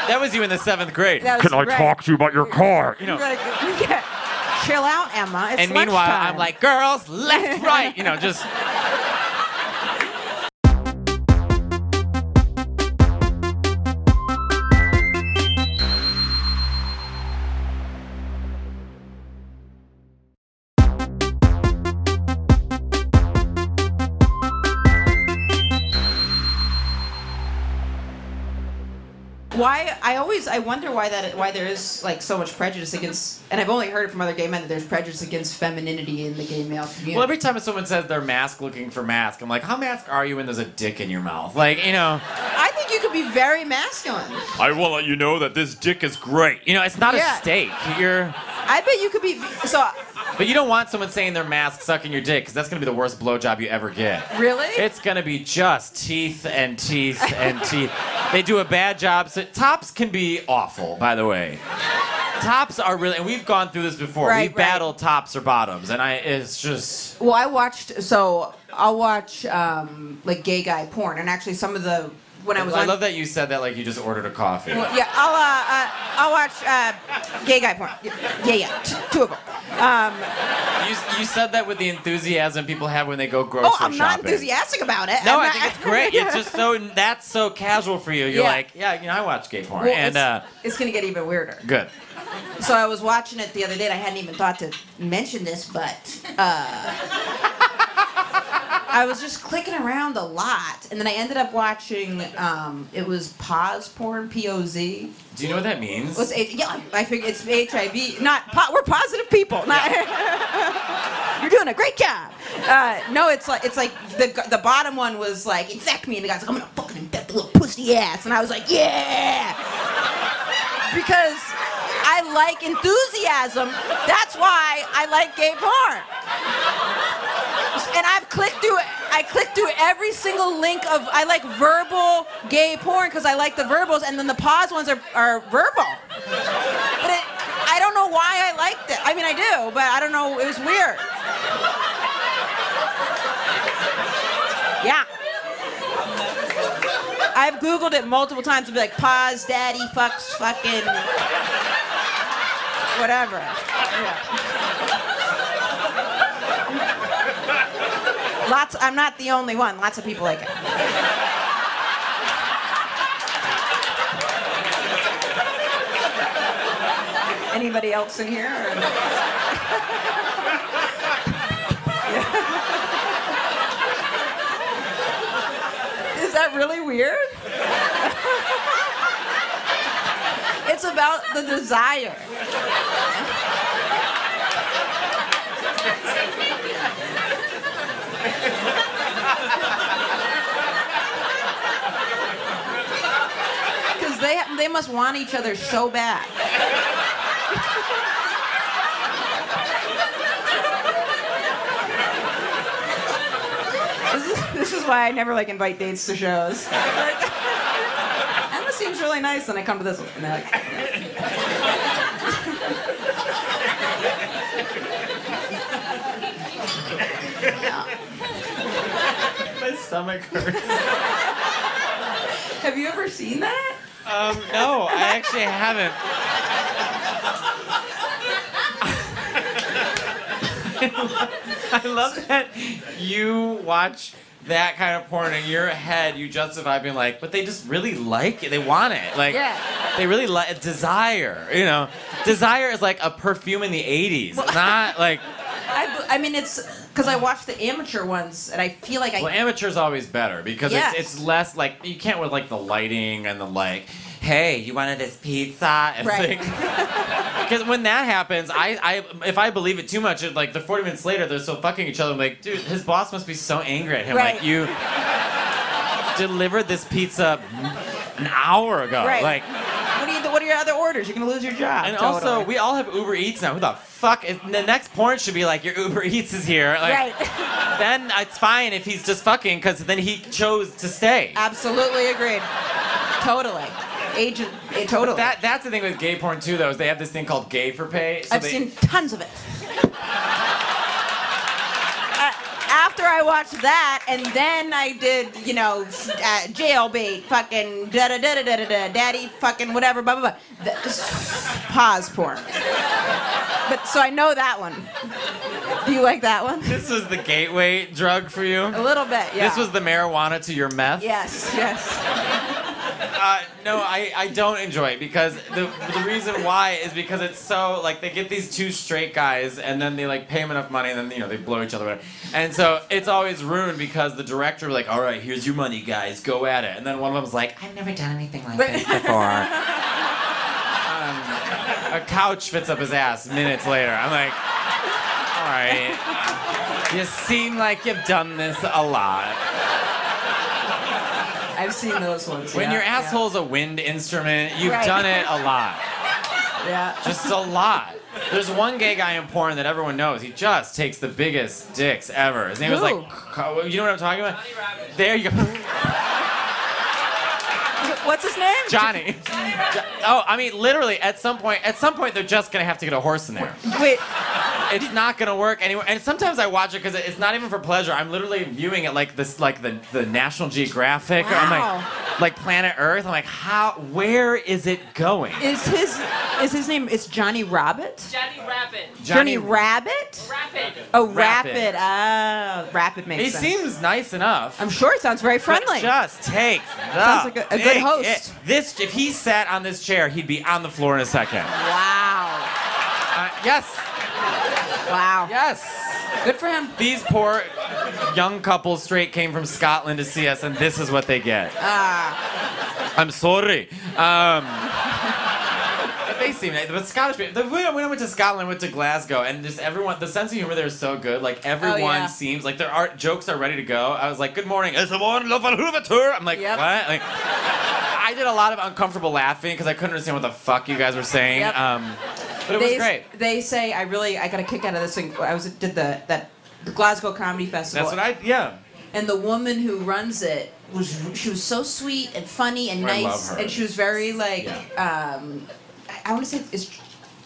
Speaker 4: that was you in the seventh grade.
Speaker 5: That was great.
Speaker 1: to you about your car?
Speaker 4: you know,
Speaker 5: Like, yeah. Chill out, Emma. It's
Speaker 4: and meanwhile
Speaker 5: lunchtime.
Speaker 4: I'm like, girls, left, right. You know, just.
Speaker 2: Why I always I wonder why that why there is like so much prejudice against and I've only heard it from other gay men that there's prejudice against femininity in the gay male community.
Speaker 4: Well, every time someone says they're mask looking for mask, I'm like, how mask are you when there's a dick in your mouth? Like, you know,
Speaker 2: I think you could be very masculine.
Speaker 1: I will let you know that this dick is great.
Speaker 4: you know, it's not
Speaker 2: Yeah.
Speaker 4: a steak. You're,
Speaker 2: I bet you could be so
Speaker 4: but you don't want someone saying they're mask sucking your dick because that's gonna be the worst blowjob you ever get.
Speaker 2: really.
Speaker 4: It's gonna be just teeth and teeth and teeth. They do a bad job. So tops can be awful, by the way. Tops are really, and we've gone through this before.
Speaker 2: Right,
Speaker 4: we
Speaker 2: right.
Speaker 4: battle tops or bottoms, and I, it's just.
Speaker 2: Well, I watched. So I'll watch um, like gay guy porn, and actually some of the when I was
Speaker 4: I
Speaker 2: on.
Speaker 4: love that you said that like you just ordered a coffee.
Speaker 2: Well, yeah, I'll uh, uh, I'll watch uh, gay guy porn. Yeah, yeah, yeah, t- two of them. Um,
Speaker 4: You, you said that with the enthusiasm people have when they go grocery
Speaker 2: oh, I'm
Speaker 4: shopping.
Speaker 2: not enthusiastic about it.
Speaker 4: No,
Speaker 2: I'm
Speaker 4: I
Speaker 2: not-
Speaker 4: think it's great. It's just so that's so casual for you. You're
Speaker 2: Yeah.
Speaker 4: like, yeah, you know, I watch gay porn,
Speaker 2: Well,
Speaker 4: and uh,
Speaker 2: it's, it's gonna get even weirder.
Speaker 4: good.
Speaker 2: So I was watching it the other day. and I hadn't even thought to mention this, but uh, I was just clicking around a lot, and then I ended up watching. Um, it was pause porn, P O Z.
Speaker 4: Do you know what that means?
Speaker 2: Was H- yeah, I think it's HIV. Not po- we're positive people. Not, You're doing a great job. Uh, no, it's like it's like the g- the bottom one was like infect me, and the guy's like I'm gonna fucking infect the little pussy ass, and I was like yeah, because I like enthusiasm. That's why I like gay porn. And I've clicked through I clicked through every single link of I like verbal gay porn because I like the verbals, and then the pause ones are are verbal. But it, I don't know why I liked it. I mean, I do, but I don't know. It was weird. Yeah. I've Googled it multiple times to be like, pause, daddy, fucks, fucking, whatever. Yeah. Lots. I'm not the only one. Lots of people like it. Anybody else in here? or- Is that really weird? it's about the desire. Because they, they must want each other so bad. this, is, this is why I never like invite dates to shows. Like, Emma seems really nice, and I come to this one. And they're like,
Speaker 4: My stomach hurts.
Speaker 2: Have you ever seen that?
Speaker 4: Um, no, I actually haven't. I love that you watch that kind of porn and in your head you justify being like, but they just really like it. They want it. Like
Speaker 5: Yeah.
Speaker 4: they really like desire, you know. Desire is like a perfume in the 80s. Not like
Speaker 2: I, b- I mean, it's because I watched the amateur ones, and I feel like I.
Speaker 4: Well, amateur's always better because
Speaker 2: Yes.
Speaker 4: it's, it's less like you can't with like the lighting and the like. Hey, you wanted this pizza? It's
Speaker 2: Right.
Speaker 4: Because when that happens, I, I if I believe it too much, it, like the 40 minutes later, they're still fucking each other. I'm like, dude, his boss must be so angry at him.
Speaker 2: Right.
Speaker 4: Like you delivered this pizza an hour ago.
Speaker 2: Right.
Speaker 4: Like,
Speaker 2: what, are you, what are your other orders? You're gonna lose your job.
Speaker 4: and
Speaker 2: totally.
Speaker 4: also we all have Uber Eats now. Who the fuck? Is, the next porn should be like your Uber Eats is here. Like,
Speaker 5: right.
Speaker 4: Then it's fine if he's just fucking because then he chose to stay.
Speaker 2: absolutely agreed. Totally, agent. eh, totally.
Speaker 4: That that's the thing with gay porn too, though, is they have this thing called gay for pay. So
Speaker 2: I've
Speaker 4: they,
Speaker 2: seen tons of it.
Speaker 5: Uh,
Speaker 2: After I watched that, and then I did, you know, s- uh, jailbait, fucking da da da da da da, daddy, fucking whatever, blah blah blah. Th- s- pause porn. But so I know that one. Do you like that one?
Speaker 4: this was the gateway drug for you.
Speaker 2: A little bit, Oh, yeah.
Speaker 4: This was the marijuana to your meth.
Speaker 2: Yes, yes.
Speaker 4: Uh, no, I, I don't enjoy it because the the reason why is because it's so like they get these two straight guys and then they like pay them enough money and then you know they blow each other whatever. and so it's always ruined because the director will be like all right here's your money guys go at it and then one of them's like I've never done anything like this before. um, a couch fits up his ass minutes later. I'm like, all right, you seem like you've done this a lot.
Speaker 2: I've seen those ones.
Speaker 4: When
Speaker 2: yeah,
Speaker 4: your asshole's a wind instrument, you've
Speaker 2: Right.
Speaker 4: done it a lot.
Speaker 2: Yeah. yeah.
Speaker 4: Just a lot. There's one gay guy in porn that everyone knows. He just takes the biggest dicks ever. His name is like,
Speaker 2: Who?
Speaker 4: Co- you know what I'm talking about? There you go,
Speaker 2: What's his name?
Speaker 4: Johnny. Jo- Oh, I mean, literally, at some point, at some point, they're just gonna have to get a horse in there.
Speaker 2: Wait.
Speaker 4: It's not gonna work anywhere. And sometimes I watch it because it's not even for pleasure. I'm literally viewing it like this, like the the National Geographic. Or I'm
Speaker 2: Wow.
Speaker 4: like, like Planet Earth. I'm like, how? Where is it going?
Speaker 2: Is his is his name is Johnny Rabbit?
Speaker 6: Johnny Rapid.
Speaker 2: Johnny, Rabbit?
Speaker 6: Rapid.
Speaker 2: Oh, Rapid.
Speaker 4: Rapid.
Speaker 2: Oh, Rapid makes
Speaker 4: He
Speaker 2: sense.
Speaker 4: seems nice enough.
Speaker 2: I'm sure it sounds very friendly.
Speaker 4: But just takes.
Speaker 2: Sounds
Speaker 4: the
Speaker 2: like a- a good
Speaker 4: dick.
Speaker 2: host.
Speaker 4: It- this, if he sat on this chair, he'd be on the floor in a second.
Speaker 2: Wow.
Speaker 4: Uh, yes,
Speaker 2: Wow.
Speaker 4: yes.
Speaker 2: Good for him.
Speaker 4: These poor young couples straight came from Scotland to see us, and this is what they get.
Speaker 2: Ah.
Speaker 4: I'm sorry. Um, but they seem nice. But Scottish people, the, when I when I went to Scotland, I went to Glasgow, and just everyone, the sense of humor there is so good. Like, everyone
Speaker 2: Oh, yeah.
Speaker 4: seems like their art jokes are ready to go. I was like, Good morning, it's a one love and hoover tour. I'm like,
Speaker 2: Yep.
Speaker 4: What? Like, I did a lot of uncomfortable laughing because I couldn't understand what the fuck you guys were saying.
Speaker 2: Yep.
Speaker 4: Um, but it
Speaker 2: they,
Speaker 4: was great.
Speaker 2: They say I really I got a kick out of this thing. I was did the that the Glasgow Comedy Festival.
Speaker 4: That's what I, yeah.
Speaker 2: and the woman who runs it was she was so sweet and funny and
Speaker 4: I
Speaker 2: nice
Speaker 4: love her.
Speaker 2: and she was very like um I, I want to say is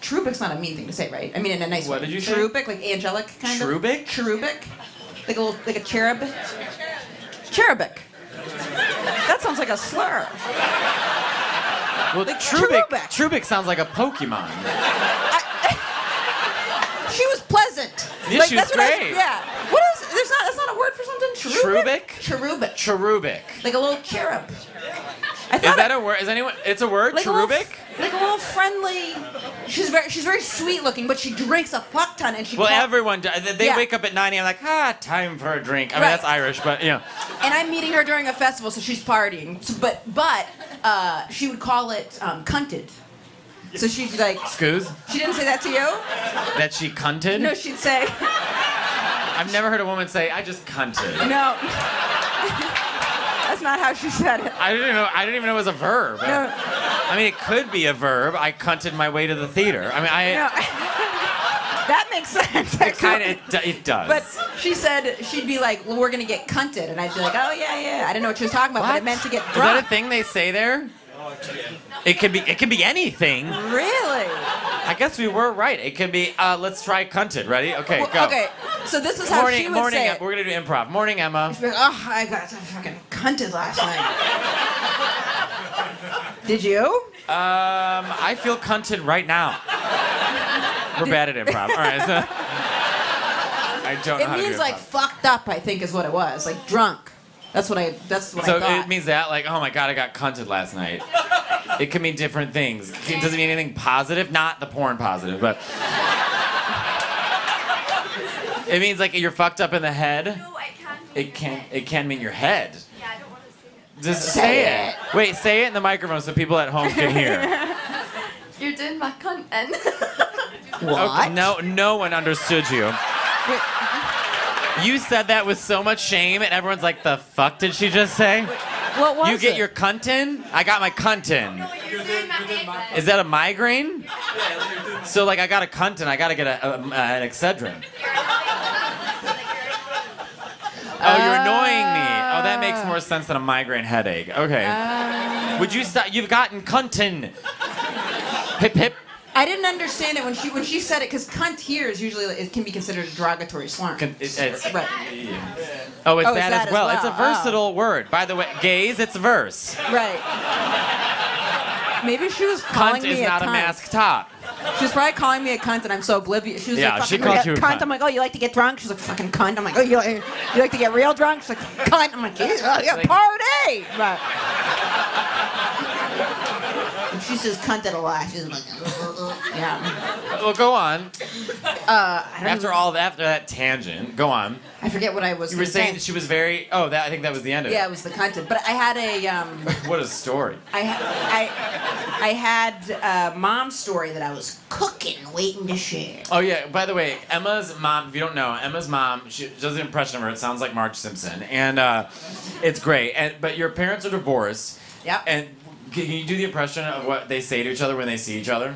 Speaker 2: Trubik's not a mean thing to say right I mean in a nice
Speaker 4: What
Speaker 2: way
Speaker 4: did you say?
Speaker 2: Trubik like angelic kind
Speaker 4: Trubik?
Speaker 2: of Trubik like a little like a cherub cherubic that sounds like a slur
Speaker 4: Well,
Speaker 2: Like
Speaker 4: Trubik,
Speaker 2: Trubik.
Speaker 4: Trubik sounds like a Pokemon.
Speaker 2: I- she was pleasant
Speaker 4: Yeah,
Speaker 2: like
Speaker 4: she was
Speaker 2: that's what I
Speaker 4: great.
Speaker 2: yeah what is there's not that's not a word for something Cherubic?
Speaker 4: Cherubic?
Speaker 2: Cherubic.
Speaker 4: Cherubic.
Speaker 2: Like a little cherub. I
Speaker 4: Is
Speaker 2: thought
Speaker 4: that a word? Is anyone? It's a word.
Speaker 2: like A
Speaker 4: Cherubic.
Speaker 2: little, like a little friendly. She's very she's very sweet looking, but she drinks a fuck ton and she.
Speaker 4: Well,
Speaker 2: call-
Speaker 4: everyone. do- They they
Speaker 2: Yeah.
Speaker 4: wake up at 9 a.m. like, ah, time for a drink. I mean,
Speaker 2: Right.
Speaker 4: that's Irish, but yeah.
Speaker 2: And I'm meeting her during a festival, so she's partying. So, but but uh, she would call it um, cunted. So she'd be like,
Speaker 4: Scooze.
Speaker 2: she didn't say that to you.
Speaker 4: That she cunted.
Speaker 2: No, she'd say
Speaker 4: I've never heard a woman say, I just cunted.
Speaker 2: no. That's not how she said it.
Speaker 4: I didn't know. I didn't even know it was a verb.
Speaker 2: No.
Speaker 4: I mean, it could be a verb. I cunted my way to the theater. I mean, I.
Speaker 2: No. that makes sense.
Speaker 4: It kind of. It, do- it does.
Speaker 2: But she said she'd be like, "Well, we're gonna get cunted," and I'd be like, "Oh yeah, yeah." I didn't know what she was talking about, but it meant to get
Speaker 4: Is
Speaker 2: drunk.
Speaker 4: that a thing they say there? It could be. It could be anything.
Speaker 2: Really?
Speaker 4: I guess we were right. It could be. Uh, let's try cunted. Ready? Okay,
Speaker 2: Well,
Speaker 4: go.
Speaker 2: okay. So this is how she
Speaker 4: Morning,
Speaker 2: would
Speaker 4: morning.
Speaker 2: say
Speaker 4: Em-
Speaker 2: it.
Speaker 4: We're gonna do improv. Morning, Emma.
Speaker 2: She'd be like, oh, I got so fucking cunted last night. Did you?
Speaker 4: Um, I feel cunted right now. We're bad at improv. All right. So, I don't know
Speaker 2: It
Speaker 4: how to
Speaker 2: means
Speaker 4: do
Speaker 2: like oh
Speaker 4: improv.
Speaker 2: fucked up. I think is what it was. Like drunk. That's what I. That's what I
Speaker 4: So
Speaker 2: thought.
Speaker 4: it means that, like, oh my god, I got cunted last night. It could mean different things. It doesn't mean anything positive, not the porn positive, but it means like you're fucked up in the head.
Speaker 6: No, I can't.
Speaker 4: It can it can mean your head.
Speaker 6: Yeah, I don't want to see
Speaker 4: Just say,
Speaker 2: Say
Speaker 4: it. Wait, say it in the microphone so people at home can hear.
Speaker 6: it. You're doing my cunt and
Speaker 2: what?
Speaker 4: no, no one understood you. You said that with so much shame, and everyone's like, "The fuck did she just say?"
Speaker 2: What was
Speaker 4: You get
Speaker 2: it?
Speaker 4: your cunt in? I got my cunt in.
Speaker 6: You're doing my egg.
Speaker 4: Is that a migraine? So like, I got a cunt in. I gotta get a, a, a- an Excedrin. Oh, you're annoying me. Oh, that makes more sense than a migraine headache. Okay.
Speaker 2: Uh.
Speaker 4: Would you stop? You've gotten cuntin. Hip hip.
Speaker 2: I didn't understand it when she when she said it because cunt here is usually it can be considered a derogatory slur.
Speaker 4: Con- it- it's-
Speaker 2: right.
Speaker 4: Oh, it's
Speaker 2: Oh, it's
Speaker 4: that, as, well. It's a
Speaker 2: wow.
Speaker 4: versatile word. By the way, gays, it's verse.
Speaker 2: Right. Maybe she was calling
Speaker 4: Cunt
Speaker 2: me
Speaker 4: is
Speaker 2: a
Speaker 4: not
Speaker 2: cunt.
Speaker 4: a mask top.
Speaker 2: She was probably calling me a cunt, and I'm so oblivious. She was
Speaker 4: Yeah,
Speaker 2: like,
Speaker 4: she
Speaker 2: fucking
Speaker 4: called
Speaker 2: cunt.
Speaker 4: you a cunt.
Speaker 2: I'm like, oh, you like to get drunk? She's like, fucking cunt. I'm like, oh, you like, you like to get real drunk? She's like, cunt. I'm like, yeah, yeah,
Speaker 4: Like-
Speaker 2: party. Right. And she says cunt it a lot. She's like, yeah.
Speaker 4: Well, go on.
Speaker 2: Uh, I, don't
Speaker 4: After
Speaker 2: even-
Speaker 4: all, after that tangent, go on.
Speaker 2: I forget what I was.
Speaker 4: You were
Speaker 2: gonna
Speaker 4: saying
Speaker 2: say.
Speaker 4: that she was very. Oh, that I think that was the end of
Speaker 2: Yeah,
Speaker 4: it.
Speaker 2: it was the content. But I had a, um,
Speaker 4: What a story.
Speaker 2: I, ha- I, I had a mom story that I was cooking, waiting to share.
Speaker 4: Oh yeah. By the way, Emma's mom. If you don't know, Emma's mom. She does an impression of her. It sounds like Marge Simpson, and uh, it's great. And but your parents are divorced.
Speaker 2: Yep.
Speaker 4: And can you do the impression of what they say to each other when they see each other?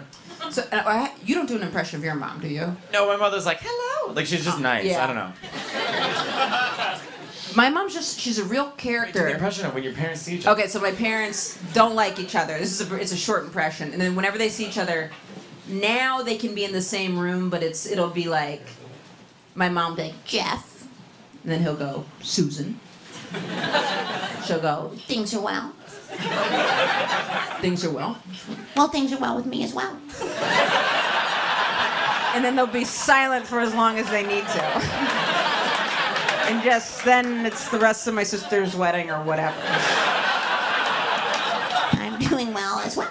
Speaker 2: So and I, you don't do an impression of your mom, do you?
Speaker 4: No, my mother's like hello. Like she's just nice.
Speaker 2: yeah.
Speaker 4: I don't know.
Speaker 2: My mom's just she's a real
Speaker 4: Do the
Speaker 2: character.
Speaker 4: impression of when your parents see each other.
Speaker 2: Okay, so my parents don't like each other. This is a, it's a short impression, and then whenever they see each other, now they can be in the same room, but it's it'll be like my mom be like Jeff, and then he'll go Susan. She'll go
Speaker 7: things are well.
Speaker 2: things are well,
Speaker 7: Well, things are well with me as well.
Speaker 2: and then they'll be silent for as long as they need to, and just then it's the rest of my sister's wedding or whatever.
Speaker 7: I'm doing well as well.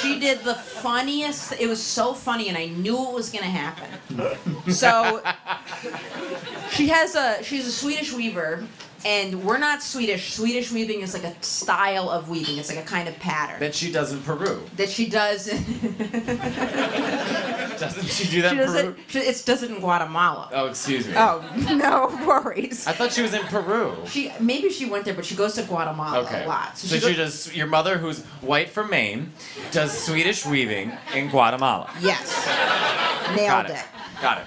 Speaker 2: She did the funniest. It was so funny, and I knew it was gonna happen. So she has a she's a Swedish weaver, and we're not Swedish. Swedish weaving is like a style of weaving. It's like a kind of pattern
Speaker 4: That she does in Peru.
Speaker 2: that she does. In,
Speaker 4: Doesn't she do that
Speaker 2: she
Speaker 4: in Peru?
Speaker 2: doesn't. She, it does it in Guatemala.
Speaker 4: Oh, excuse me.
Speaker 2: Oh no worries.
Speaker 4: I thought she was in Peru.
Speaker 2: She maybe she went there, but she goes to Guatemala
Speaker 4: Okay.
Speaker 2: a lot.
Speaker 4: So, she
Speaker 2: go-
Speaker 4: does your mother, who's white from Maine, does Swedish weaving in Guatemala.
Speaker 2: yes,
Speaker 4: Got
Speaker 2: nailed
Speaker 4: it.
Speaker 2: it.
Speaker 4: Got it.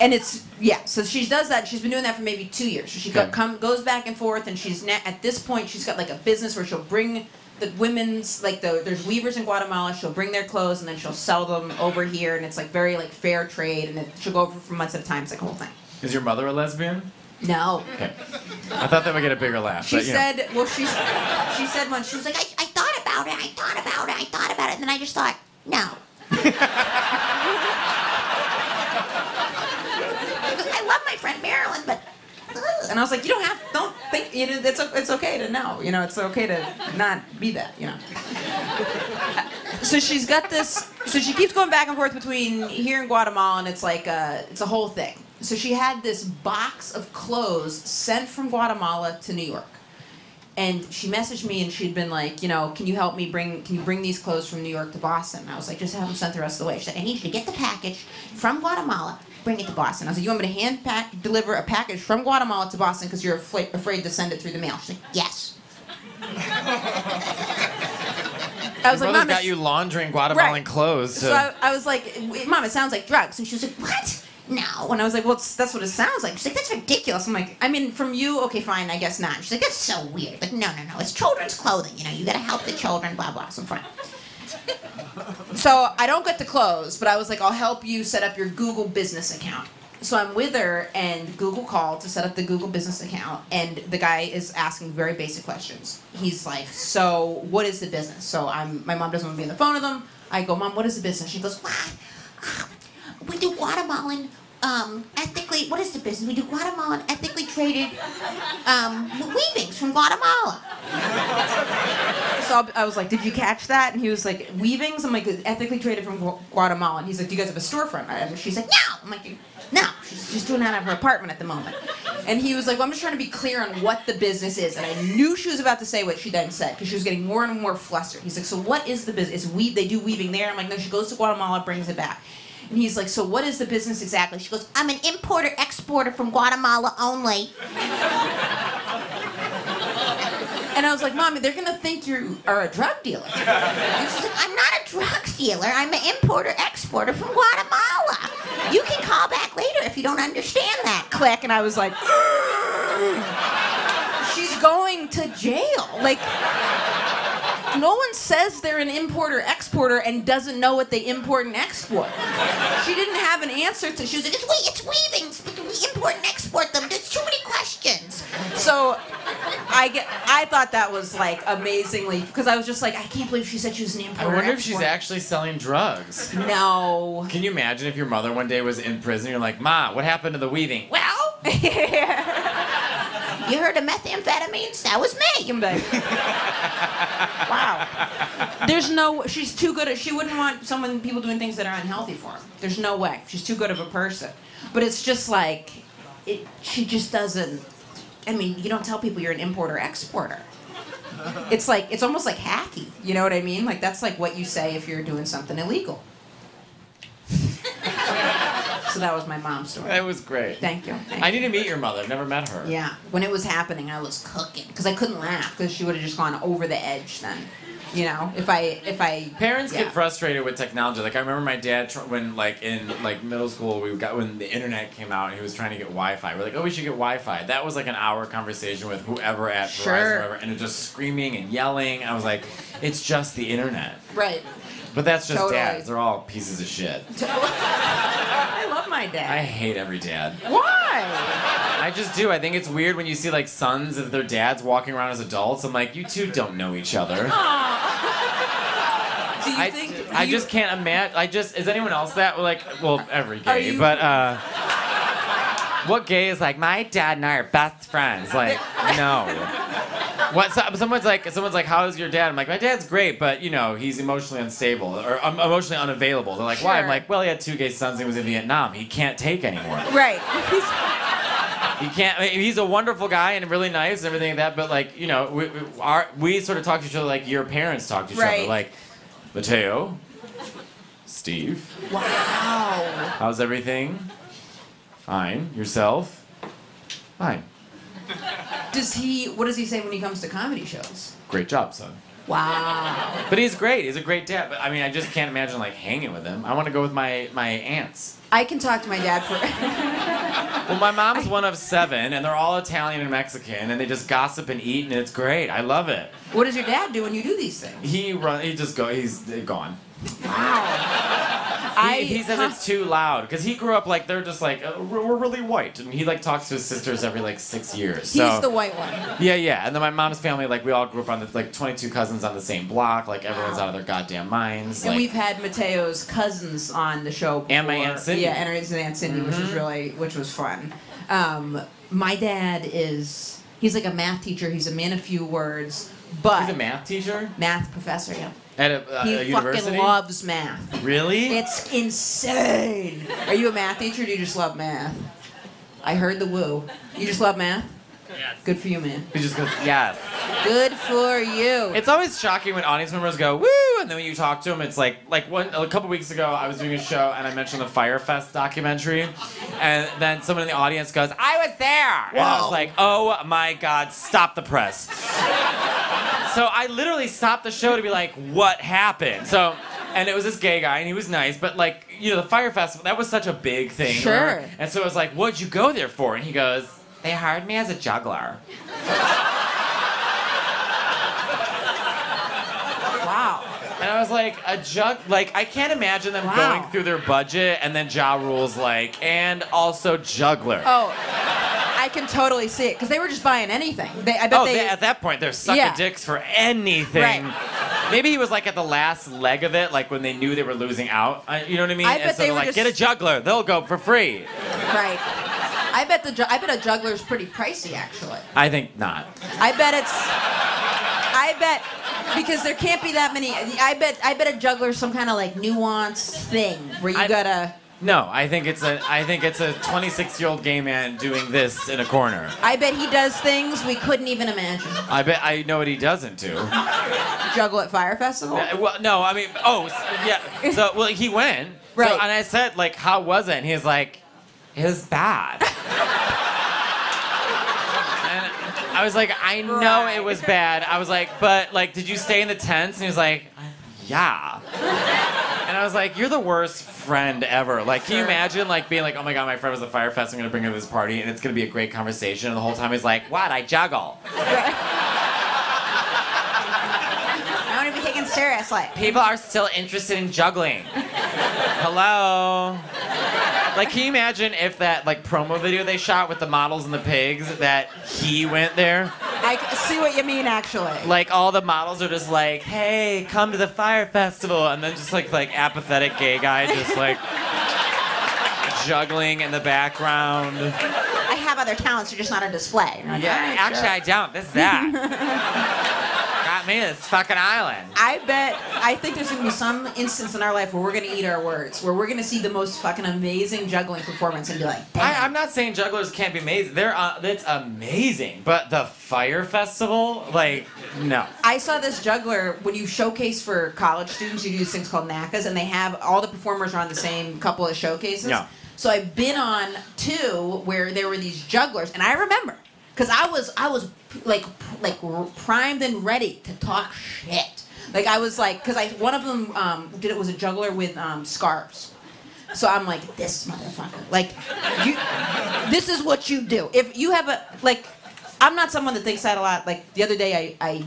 Speaker 2: and it's yeah. So she does that. She's been doing that for maybe two years. So she go,
Speaker 4: Okay.
Speaker 2: come goes back and forth, and she's na at this point she's got like a business where she'll bring the women's like the there's weavers in Guatemala. She'll bring their clothes and then she'll sell them over here, and it's like very like fair trade, and it, she'll go over for months at a time. It's like a whole thing.
Speaker 4: Is your mother a lesbian?
Speaker 2: No,
Speaker 4: Okay. I thought that would get a bigger laugh.
Speaker 2: she
Speaker 4: but, you know.
Speaker 2: said. Well, she's she said once she was like,
Speaker 7: Like, I, I thought about it, I thought about it, I thought about it, and then I just thought, no. I
Speaker 2: love my friend Marilyn, but. ugh." And I was like, you don't have, don't think, you know, it's, o- it's okay to know, you know, it's okay to not be that, you know. so she's got this, so she keeps going back and forth between here and Guatemala, and it's like, uh, it's a whole thing. So she had this box of clothes sent from Guatemala to New York and she messaged me and she'd been like, you know, can you help me bring can you bring these clothes from New York to Boston? And I was like, just have them sent the rest of the way. She said, I need you to get the package from Guatemala, bring it to Boston. I was like, you want me to hand pack deliver a package from Guatemala to Boston because you're afla- afraid to send it through the mail? She's like, yes. I was like, Mom,
Speaker 4: Your brother's got
Speaker 2: it's-
Speaker 4: you laundering Guatemalan
Speaker 2: Right.
Speaker 4: clothes. To,
Speaker 2: so I, I was like, "Wait, Mom, it sounds like drugs. And she was like, What? No. And I was like, Well, it's, that's what it sounds like. She's like, That's ridiculous. I'm like, I mean, from you, okay, fine, I guess not. And she's like, That's so weird. Like, no, no, no. It's children's clothing. You know, you gotta help the children, blah, blah. So I'm fine. So I don't get the clothes, but I was like, I'll help you set up your Google business account. So I'm with her, and Google called to set up the Google business account, and the guy is asking very basic questions. He's like, "So what is the business?" So I'm, my mom doesn't want to be on the phone with him. I go, "Mom, what is the business?" She goes, "What?"
Speaker 7: We do Guatemalan um, ethically. What is the business? We do Guatemalan ethically traded um, weavings from Guatemala.
Speaker 2: So I'll- I was like, "Did you catch that?" And he was like, "Weavings." I'm like, "Ethically traded from Gu- Guatemala." And he's like, "Do you guys have a storefront?" And she's like, "No." I'm like, "No." She's, she's doing that out of her apartment at the moment. And he was like, "Well, I'm just trying to be clear on what the business is." And I knew she was about to say what she then said because she was getting more and more flustered. He's like, "So what is the business? It's weave. They do weaving there." I'm like, "No." She goes to Guatemala, brings it back. And he's like, "So what is the business exactly?" She goes,
Speaker 7: I'm an importer exporter from Guatemala only.
Speaker 2: and I was like, "Mommy, they're gonna think you are a drug dealer."
Speaker 7: And she's like, I'm not a drug dealer. I'm an importer exporter from Guatemala. You can call back later if you don't understand that.
Speaker 2: click and I was like She's going to jail. Like no one says they're an importer exporter and doesn't know what they import and export. She didn't have an answer to she was like,
Speaker 7: It's, we, it's weavings, but we import and export them. There's too many questions.
Speaker 2: So I get I thought that was like amazingly because I was just like, I can't believe she said she was an
Speaker 4: I
Speaker 2: importer.
Speaker 4: wonder if she's
Speaker 2: exporter."
Speaker 4: actually selling drugs.
Speaker 2: No.
Speaker 4: Can you imagine if your mother one day was in prison? You're like, Ma, what happened to the weaving?
Speaker 7: Well, you heard of methamphetamines? That was me.
Speaker 2: I'm like, wow. There's no. She's too good. At, she wouldn't want someone people doing things that are unhealthy for her. There's no way. She's too good of a person. But it's just like, it. She just doesn't. I mean, you don't tell people you're an importer exporter. It's like it's almost like hacky. You know what I mean? Like that's like what you say if you're doing something illegal. so that was my mom's story.
Speaker 4: That was great.
Speaker 2: Thank you. Thank
Speaker 4: I
Speaker 2: you.
Speaker 4: need to meet your mother. I've never met her.
Speaker 2: Yeah, when it was happening, I was cooking because I couldn't laugh because she would have just gone over the edge then. You know, if I if I
Speaker 4: Parents
Speaker 2: yeah.
Speaker 4: get frustrated with technology. Like I remember my dad tr- when, like in like middle school, we got when the internet came out, and he was trying to get Wi-Fi. We're like, oh, we should get Wi-Fi. That was like an hour conversation with whoever at
Speaker 2: Sure.
Speaker 4: Verizon, or whatever, and it was just screaming and yelling. I was like, it's just the internet.
Speaker 2: Right.
Speaker 4: But that's just
Speaker 2: Totally.
Speaker 4: dads. They're all pieces of shit.
Speaker 2: I love my
Speaker 4: I
Speaker 2: dad.
Speaker 4: hate every dad.
Speaker 2: Why?
Speaker 4: I just do. I think it's weird when you see like sons of their dads walking around as adults. I'm like, you two don't know each other.
Speaker 2: Do you
Speaker 4: I,
Speaker 2: think? do
Speaker 4: I
Speaker 2: you-
Speaker 4: just can't imagine. I just is anyone else that like well every
Speaker 2: Are
Speaker 4: gay,
Speaker 2: you-
Speaker 4: but uh, what gay is like my dad and I are best friends? Like no. What so, someone's like someone's like how's your dad? I'm like my dad's great, but you know he's emotionally unstable or um, emotionally unavailable. They're like why? I'm
Speaker 2: Sure.
Speaker 4: like well he had two gay sons. He was in Vietnam. He can't take anymore.
Speaker 2: right.
Speaker 4: He can't. I mean, he's a wonderful guy and really nice and everything like that. But like you know, we, we, our, we sort of talk to each other like your parents talk to each
Speaker 2: Right.
Speaker 4: other. Like, Mateo, Steve,
Speaker 2: wow.
Speaker 4: how's everything? Fine. Yourself? Fine.
Speaker 2: Does he? What does he say when he comes to comedy shows?
Speaker 4: Great job, son.
Speaker 2: Wow.
Speaker 4: But he's great. He's a great dad. But I mean, I just can't imagine like hanging with him. I want to go with my my aunts.
Speaker 2: I can talk to my dad for.
Speaker 4: Well, my mom's one of seven, and they're all Italian and Mexican, and they just gossip and eat, and it's great. I love it.
Speaker 2: what does your dad do when you do these things?
Speaker 4: He run. He just go. He's gone.
Speaker 2: Wow.
Speaker 4: He,
Speaker 2: I
Speaker 4: he says it's too loud because he grew up like they're just like uh, we're we're really white, and he like talks to his sisters every like six years.
Speaker 8: He's
Speaker 4: so.
Speaker 8: the white one.
Speaker 4: Yeah, yeah. And then my mom's family, like, we all grew up on the, like, 22 cousins on the same block. Like, everyone's out of their goddamn minds.
Speaker 2: And
Speaker 4: like-
Speaker 2: we've had Mateo's cousins on the show. Before.
Speaker 4: And my Aunt Cindy. Mm-hmm.
Speaker 2: Yeah, and his aunt Cindy, which was really, which was fun. Um, my dad is, he's like a math teacher. He's a man of few words, but
Speaker 4: He's a math teacher
Speaker 2: math professor. Yeah,
Speaker 4: at a, uh,
Speaker 2: he
Speaker 4: a
Speaker 2: fucking
Speaker 4: university.
Speaker 2: loves math.
Speaker 4: really?
Speaker 2: It's insane. Are you a math teacher? Or do you just love math? I heard the woo. You just love math. Yes. Good for you, man.
Speaker 4: He just goes, yes.
Speaker 2: Good for you.
Speaker 4: It's always shocking when audience members go woo, and then when you talk to them, it's like like one a couple weeks ago, I was doing a show and I mentioned the Firefest documentary, and then someone in the audience goes, "I was there," and I was like, "Oh my god, stop the press!" so I literally stopped the show to be like, "What happened?" So. And it was this gay guy, and he was nice, but like, you know, the Fire Festival, that was such a big thing.
Speaker 8: Sure.
Speaker 4: remember? And so I was like, what'd you go there for? And he goes, they hired me as a juggler.
Speaker 2: wow.
Speaker 4: And I was like, a jug. Like, I can't imagine them
Speaker 2: Wow.
Speaker 4: going through their budget and then Ja Rule's like, and also juggler.
Speaker 2: Oh, I can totally see it because they were just buying anything. They, I bet
Speaker 4: Oh,
Speaker 2: they.
Speaker 4: they- at that point, they're sucking
Speaker 2: Yeah.
Speaker 4: dicks for anything.
Speaker 2: Right.
Speaker 4: Maybe he was like at the last leg of it, like when they knew they were losing out. Uh, you know what I mean?
Speaker 2: I
Speaker 4: and
Speaker 2: bet
Speaker 4: so
Speaker 2: they
Speaker 4: are
Speaker 2: were
Speaker 4: like,
Speaker 2: just-
Speaker 4: get a juggler, they'll go for free.
Speaker 2: Right. I bet the ju- I bet a juggler's pretty pricey actually.
Speaker 4: I think not.
Speaker 2: I bet it's I bet because there can't be that many I bet I bet a juggler's some kind of like nuanced thing where you
Speaker 4: I-
Speaker 2: gotta
Speaker 4: No, I think it's a I think it's a 26 year old gay man doing this in a corner.
Speaker 2: I bet he does things we couldn't even imagine.
Speaker 4: I bet I know what he doesn't do.
Speaker 2: Juggle at Fire Festival?
Speaker 4: Uh, Well, no, I mean, oh, s- yeah. So, well, he went.
Speaker 2: Right.
Speaker 4: So, and I said, like, how was it? And he's like, it was bad. and I was like, I know it was bad. I was like, but, like, did you stay in the tents? And he was like, yeah. And I was like, you're the worst friend ever. Like, can you imagine, like, being like, oh my God, my friend was at Fire Fest. I'm going to bring her to this party, and it's going to be a great conversation. And the whole time he's like, what? I juggle.
Speaker 2: I wanna be taken seriously.
Speaker 4: People are still interested in juggling. Hello. Like, can you imagine if that like promo video they shot with the models and the pigs that he went there?
Speaker 2: I c- see what you mean actually.
Speaker 4: Like, all the models are just like, "Hey, come to the fire festival," and then just like like apathetic gay guy just like juggling in the background.
Speaker 2: I have other talents, they're just not on display. You know?
Speaker 4: Yeah, actually, I don't. This is that. Got me this fucking island.
Speaker 2: I bet I think there's gonna be some instance in our life where we're gonna eat our words, where we're gonna see the most fucking amazing juggling performance and be like, damn.
Speaker 4: I, I'm not saying jugglers can't be amazing. They're uh, that's amazing, but the fire festival, like, no.
Speaker 2: I saw this juggler when you showcase for college students, you do these things called NACAs, and they have all the performers are on the same couple of showcases.
Speaker 4: Yeah.
Speaker 2: So I've been on two where there were these jugglers, and I remember because I was I was like like primed and ready to talk shit. Like I was like because I one of them um, did it was a juggler with um, scarves. So I'm like, this motherfucker. Like, you, this is what you do. If you have a like, I'm not someone that thinks that a lot. Like the other day, I I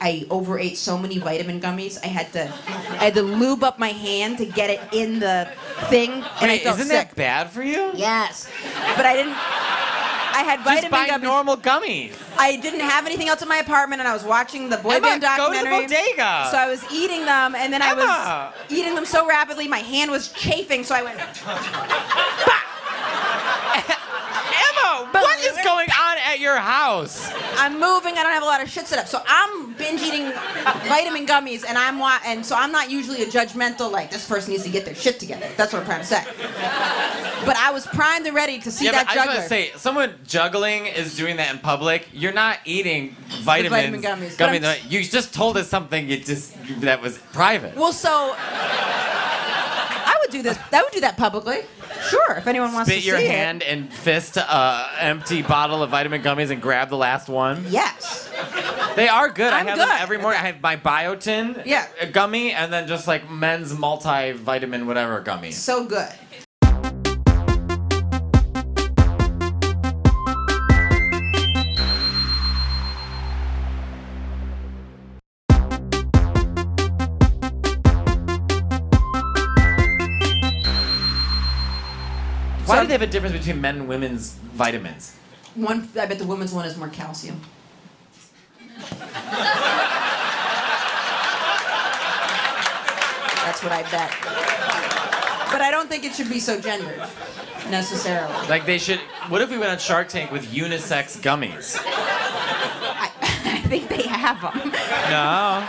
Speaker 2: I overate so many vitamin gummies. I had to I had to lube up my hand to get it in the thing, and I
Speaker 4: Wait,
Speaker 2: felt
Speaker 4: isn't
Speaker 2: sick.
Speaker 4: that bad for you?
Speaker 2: Yes, but I didn't. I had
Speaker 4: Just
Speaker 2: vitamin
Speaker 4: buy
Speaker 2: gummies.
Speaker 4: normal gummies.
Speaker 2: I didn't have anything else in my apartment, and I was watching the boy
Speaker 4: Emma,
Speaker 2: band
Speaker 4: go to the
Speaker 2: documentary.
Speaker 4: bodega.
Speaker 2: So I was eating them, and then I
Speaker 4: Emma.
Speaker 2: was eating them so rapidly, my hand was chafing. So I went.
Speaker 4: Emma, what is going on at your house?
Speaker 2: I'm moving. I don't have a lot of shit set up, so I'm binge eating vitamin gummies, and I'm wa- and so I'm not usually a judgmental like this person needs to get their shit together. That's what I'm trying to say. But I was primed and ready to see
Speaker 4: yeah,
Speaker 2: that
Speaker 4: but I just
Speaker 2: juggler.
Speaker 4: want to say, someone juggling is doing that in public. You're not eating vitamins.
Speaker 2: vitamin gummies, but
Speaker 4: Gummy-
Speaker 2: I'm-
Speaker 4: you just told us something you just that was private.
Speaker 2: well, so I would do this. I would do that publicly. Sure, if anyone wants
Speaker 4: Spit
Speaker 2: to
Speaker 4: your
Speaker 2: see
Speaker 4: hand and fist a empty bottle of vitamin gummies and grab the last one.
Speaker 2: it. Yes.
Speaker 4: They are good. i
Speaker 2: I'm
Speaker 4: have
Speaker 2: good.
Speaker 4: them every morning. I have my biotin
Speaker 2: Yeah.
Speaker 4: uh, gummy and then just like men's multivitamin whatever gummy.
Speaker 2: So good.
Speaker 4: have a difference between men and women's vitamins.
Speaker 2: One, I bet the women's one is more calcium. That's what I bet. But I don't think it should be so gendered, necessarily.
Speaker 4: Like they should. What if we went on Shark Tank with unisex gummies?
Speaker 5: I, I think they have them.
Speaker 4: No.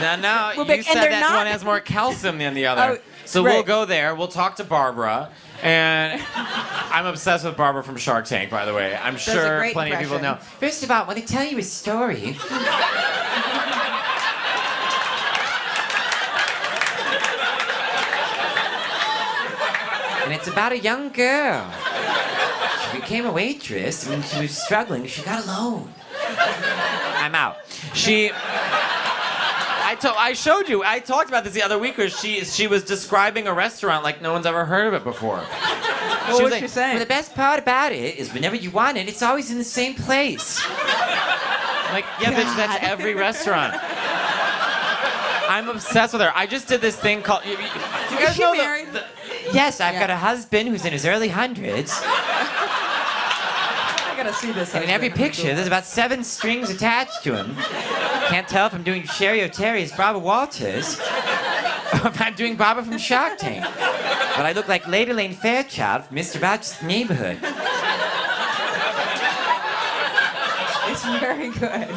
Speaker 4: No, no.
Speaker 5: Well,
Speaker 4: you
Speaker 5: but- and
Speaker 4: said
Speaker 5: they're
Speaker 4: that
Speaker 5: not-
Speaker 4: one has more calcium than the other.
Speaker 5: Oh,
Speaker 4: so we'll
Speaker 5: right.
Speaker 4: go there. We'll talk to Barbara. And I'm obsessed with Barbara from Shark Tank, by the way. I'm
Speaker 5: a
Speaker 4: sure
Speaker 5: great
Speaker 4: plenty of people know.
Speaker 5: impression.
Speaker 4: First of all, when they tell you a story. and it's about a young girl. She became a waitress. When she was struggling, she got a loan. I'm out. She. I told, I showed you. I talked about this the other week, where she she was describing a restaurant like no one's ever heard of it before. What
Speaker 5: was she saying?
Speaker 4: Well, the best part about it is whenever you want it, it's always in the same place. like, yeah, bitch, that's every restaurant. I'm obsessed with her. I just did this thing called. You, you- you guys
Speaker 2: she
Speaker 4: know the-
Speaker 2: married?
Speaker 4: the- yes, I've
Speaker 2: Yeah.
Speaker 4: got a husband who's in his early hundreds.
Speaker 2: I gotta see this.
Speaker 4: And in every picture, there's about seven strings attached to him. Can't tell if I'm doing Sherry O'Terry's Barbara Walters or if I'm doing Barbara from Shark Tank. But I look like Lady Lane Fairchild from Mr. Rogers' neighborhood.
Speaker 2: It's very good.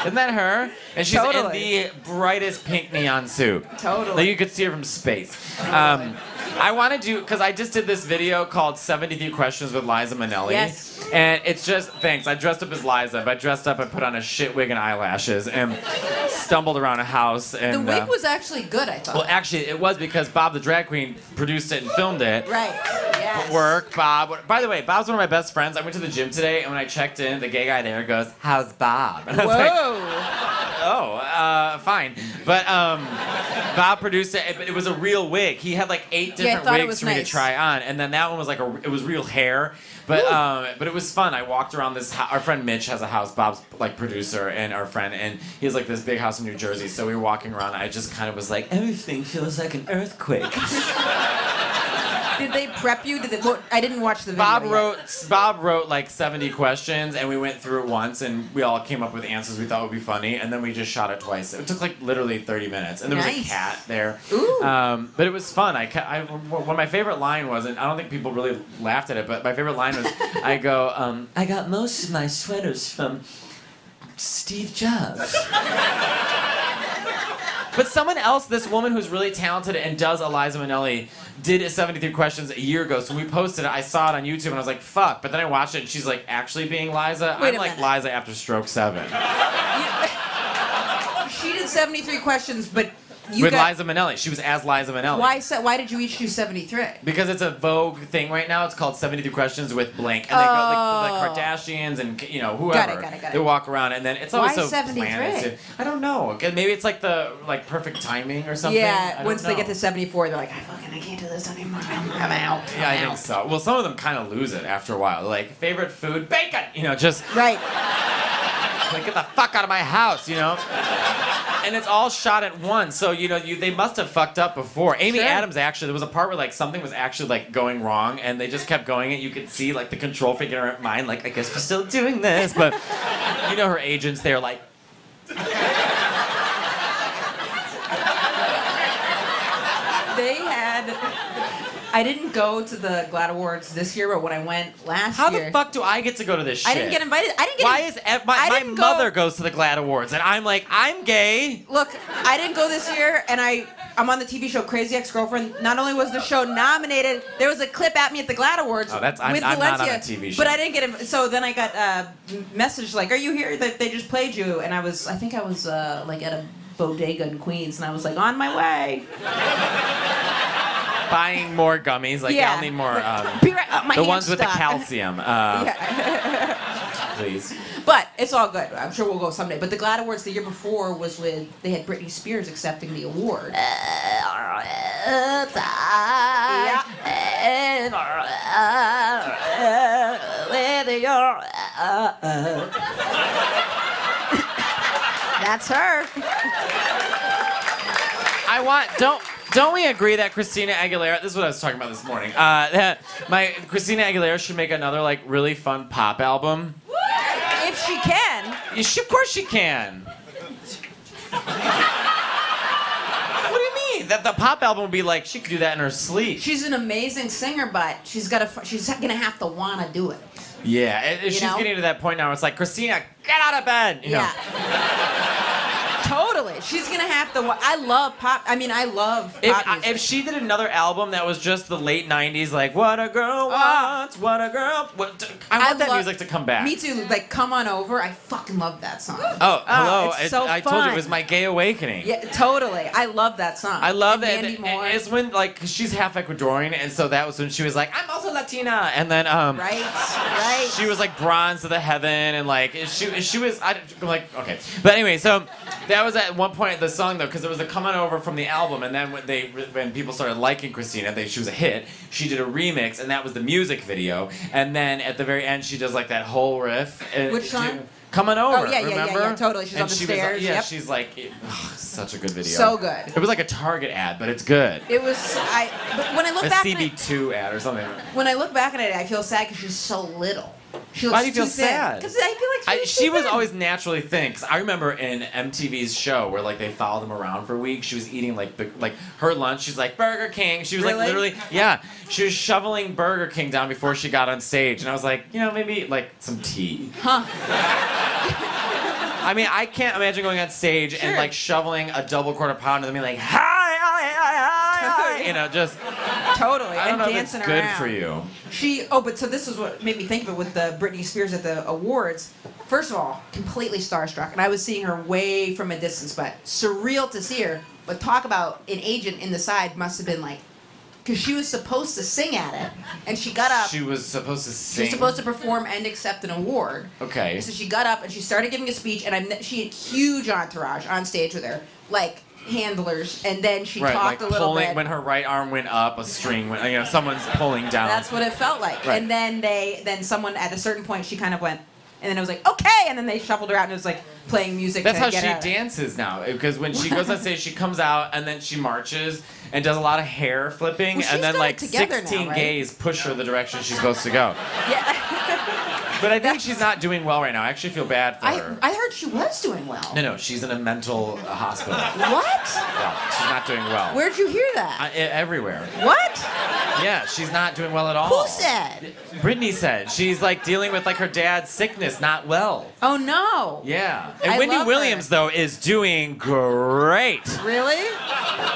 Speaker 4: Isn't that her? And she's
Speaker 2: Totally.
Speaker 4: in the brightest pink neon suit.
Speaker 2: Totally.
Speaker 4: Like you could see her from space. Um, I want to do because I just did this video called "73 Questions with Liza Minnelli."
Speaker 2: Yes.
Speaker 4: And it's just thanks. I dressed up as Liza. I dressed up. I put on a shit wig and eyelashes and stumbled around a house. And
Speaker 2: The
Speaker 4: uh,
Speaker 2: wig was actually good, I thought.
Speaker 4: well, actually, it was because Bob the drag queen produced it and filmed it
Speaker 2: right. Yes.
Speaker 4: work, Bob. By the way, Bob's one of my best friends. I went to the gym today, and when I checked in, the gay guy there goes, "How's Bob?" And I was like, "Oh, uh, fine." But um, Bob produced it, but it was a real wig. He had like eight
Speaker 2: Yeah, I
Speaker 4: different
Speaker 2: thought it was
Speaker 4: wigs for me to
Speaker 2: nice.
Speaker 4: try on, and then that one was like a, it was real hair. But um, but it was fun. I walked around this. Ho- our friend Mitch has a house. Bob's like producer and our friend, and he has like this big house in New Jersey. So we were walking around. I just kind of was like, everything feels like an earthquake.
Speaker 2: Did they prep you? Did they, well, I didn't watch the video.
Speaker 4: Bob
Speaker 2: yet.
Speaker 4: wrote Bob wrote like 70 questions and we went through it once and we all came up with answers we thought would be funny and then we just shot it twice. It took like literally 30 minutes and there was a
Speaker 2: Nice.
Speaker 4: cat there.
Speaker 2: Ooh.
Speaker 4: Um, but it was fun. I, ca- I one of my favorite line was and I don't think people really laughed at it, but my favorite line was I go um, I got most of my sweaters from Steve Jobs. But someone else, this woman who's really talented and does Eliza Minnelli, did a 73 questions a year ago. So we posted it. I saw it on YouTube and I was like, fuck. But then I watched it and she's like actually being Liza.
Speaker 2: Wait
Speaker 4: I'm
Speaker 2: a
Speaker 4: like
Speaker 2: minute.
Speaker 4: Liza after stroke seven.
Speaker 2: She did 73 questions, but you
Speaker 4: With
Speaker 2: got,
Speaker 4: Liza Minnelli. She was as Liza Minnelli.
Speaker 2: why se- why did you each do 73?
Speaker 4: Because it's a Vogue thing right now. It's called 73 Questions with Blank. And they go like the Kardashians and, you know, whoever.
Speaker 2: Oh. Got it, got it, got
Speaker 4: They
Speaker 2: it.
Speaker 4: walk around and then it's always
Speaker 2: Why
Speaker 4: so
Speaker 2: 73?
Speaker 4: planned. I don't know. Okay, Maybe it's like the like perfect timing or something. I
Speaker 2: Yeah,
Speaker 4: don't
Speaker 2: once they get
Speaker 4: know.
Speaker 2: to 74, they're like, I fucking I can't do this anymore. I'm I'm out. I'm
Speaker 4: Yeah, I think
Speaker 2: out."
Speaker 4: so. Well, some of them kind of lose it after a while. Like favorite food, bacon. You know, just
Speaker 2: Right.
Speaker 4: like get the fuck out of my house. You know. And it's all shot at once, so you know you, they must have fucked up before. Amy
Speaker 2: Sure.
Speaker 4: Adams actually, there was a part where like something was actually like going wrong, and they just kept going, and you could see like the control figure in her mind, like I guess we're still doing this, but you know her agents, they're like,
Speaker 2: They had. I didn't go to the GLAAD Awards this year, but when I went last
Speaker 4: how
Speaker 2: year.
Speaker 4: the fuck do I get to go to this shit?
Speaker 2: I didn't get invited. I didn't get
Speaker 4: Why
Speaker 2: in-
Speaker 4: is ev- my,
Speaker 2: I
Speaker 4: my
Speaker 2: didn't go-
Speaker 4: mother goes to the Glad Awards, and I'm like, I'm gay.
Speaker 2: Look, I didn't go this year, and I I'm on the TV show Crazy Ex-Girlfriend. Not only was the show nominated, there was a clip at me at the GLAAD Awards
Speaker 4: Oh, that's- I'm-
Speaker 2: with
Speaker 4: I'm not
Speaker 2: Valencia.
Speaker 4: on a TV show.
Speaker 2: But I didn't get it. So then I got a message like, "Are you here?" That they just played you, and I was I think I was uh, like at a bodega in Queens, and I was like, "On my way."
Speaker 4: buying more gummies. Like,
Speaker 2: Yeah.
Speaker 4: I'll need more. Um,
Speaker 2: Be right- uh, my
Speaker 4: the
Speaker 2: hand
Speaker 4: ones with the
Speaker 2: stopped.
Speaker 4: calcium, uh,
Speaker 2: Yeah.
Speaker 4: please.
Speaker 2: But it's all good. I'm sure we'll go someday. But the GLAAD Awards the year before was with they had Britney Spears accepting the award. Yeah.
Speaker 5: That's her.
Speaker 4: I want don't Don't we agree that Christina Aguilera? This is what I was talking about this morning. Uh, that my Christina Aguilera should make another like really fun pop album.
Speaker 5: If she can.
Speaker 4: Yeah, she- of course she can. what do you mean? That the pop album would be like she could do that in her sleep.
Speaker 2: She's an amazing singer, but she's got to. She's gonna have to wanna do it.
Speaker 4: Yeah, and- and she's
Speaker 2: know?
Speaker 4: getting to that point now. Where it's like Christina, get out of bed. You know?
Speaker 2: Yeah. totally. She's gonna have to. wa- I love pop. I mean, I love
Speaker 4: If,
Speaker 2: pop music.
Speaker 4: if she did another album that was just the late '90s, like "What a Girl Wants," "What a Girl," what, I want that
Speaker 2: Oh. love-
Speaker 4: music to come back.
Speaker 2: Me too. Like, come on over. I fucking love that song.
Speaker 4: Oh, hello!
Speaker 2: it's
Speaker 4: I-
Speaker 2: so
Speaker 4: I, told you
Speaker 2: fun.
Speaker 4: it was my gay awakening.
Speaker 2: Yeah, totally. I love that song.
Speaker 4: I love
Speaker 2: and
Speaker 4: it.
Speaker 2: Mandy
Speaker 4: And-
Speaker 2: Moore.
Speaker 4: and It's when like 'cause she's half Ecuadorian, and so that was when she was like, "I'm also Latina," and then um,
Speaker 2: right, right.
Speaker 4: she was like bronze to the heaven, and like she she was I, am like okay, but anyway, so that was at one point the song though, because it was a coming over from the album, and then when they when people started liking Christina, they she was a hit. She did a remix, and that was the music video, and then at the very end she does like that whole riff. and-
Speaker 2: Which song? Oh,
Speaker 4: Coming over.
Speaker 2: yeah, yeah, yeah, yeah,
Speaker 4: remember?
Speaker 2: totally. She's
Speaker 4: and
Speaker 2: on the
Speaker 4: she was, uh,
Speaker 2: stairs,
Speaker 4: yeah,
Speaker 2: yep.
Speaker 4: she's like, it- ugh, such a good video.
Speaker 2: So good.
Speaker 4: It was like a Target ad, but it's good.
Speaker 2: It was. I. But when I look
Speaker 4: a
Speaker 2: back, at it,
Speaker 4: CB2 ad or something.
Speaker 2: when I look back at it, I feel sad because she's so little. She looks
Speaker 4: Why do you feel sad?
Speaker 2: Because I feel like
Speaker 4: I,
Speaker 2: was
Speaker 4: she
Speaker 2: too
Speaker 4: was
Speaker 2: thin.
Speaker 4: always naturally thin. 'cause I remember in MTV's show where like they followed them around for a week. She was eating like the, like her lunch. She's like Burger King. She was like
Speaker 2: Really?
Speaker 4: literally yeah. She was shoveling Burger King down before she got on stage, and I was like, you know, maybe like some tea.
Speaker 2: Huh.
Speaker 4: I mean, I can't imagine going on stage and
Speaker 2: Sure.
Speaker 4: like shoveling a double quarter pounder and then being like, hi, hi, hi, hi, hi, you know, just
Speaker 2: totally.
Speaker 4: I don't
Speaker 2: and
Speaker 4: know if it's
Speaker 2: dancing
Speaker 4: good
Speaker 2: around.
Speaker 4: for you.
Speaker 2: She. Oh, but so this is what made me think of it with the Britney Spears at the awards. First of all, completely starstruck, and I was seeing her way from a distance, but surreal to see her. But talk about an agent in the side must have been like, because she was supposed to sing at it, and she got up.
Speaker 4: She was supposed to
Speaker 2: She
Speaker 4: sing.
Speaker 2: was supposed to perform and accept an award.
Speaker 4: Okay.
Speaker 2: So she got up and she started giving a speech, and I'm she had huge entourage on stage with her, like handlers, and then she
Speaker 4: Right, like
Speaker 2: talked a little
Speaker 4: pulling
Speaker 2: bit.
Speaker 4: when her right arm went up, a string went. You know, someone's pulling down.
Speaker 2: That's what it felt like.
Speaker 4: Right.
Speaker 2: And then they, then someone at a certain point, she kind of went, and then it was like okay, and then they shuffled her out, and it was like playing music.
Speaker 4: That's
Speaker 2: to
Speaker 4: how
Speaker 2: get
Speaker 4: she
Speaker 2: her out.
Speaker 4: dances now. Because when she goes on stage, she comes out and then she marches and does a lot of hair flipping,
Speaker 2: Well, she's
Speaker 4: and
Speaker 2: got
Speaker 4: then
Speaker 2: it
Speaker 4: like
Speaker 2: together now,
Speaker 4: 16
Speaker 2: right?
Speaker 4: gays push her the direction she's supposed to go.
Speaker 2: Yeah,
Speaker 4: But I think she's not doing well right now. I actually feel bad for
Speaker 2: I,
Speaker 4: her.
Speaker 2: I heard she was doing well.
Speaker 4: no, no, she's in a mental uh, hospital.
Speaker 2: What?
Speaker 4: Yeah, she's not doing well.
Speaker 2: Where'd you hear
Speaker 4: I,
Speaker 2: that?
Speaker 4: e- everywhere.
Speaker 2: what?
Speaker 4: Yeah, she's not doing well at all.
Speaker 2: Who said?
Speaker 4: Brittany said she's like dealing with like her dad's sickness, not well.
Speaker 2: Oh no.
Speaker 4: Yeah. And
Speaker 2: I
Speaker 4: Wendy
Speaker 2: love
Speaker 4: Williams, though, is doing great.
Speaker 2: Really?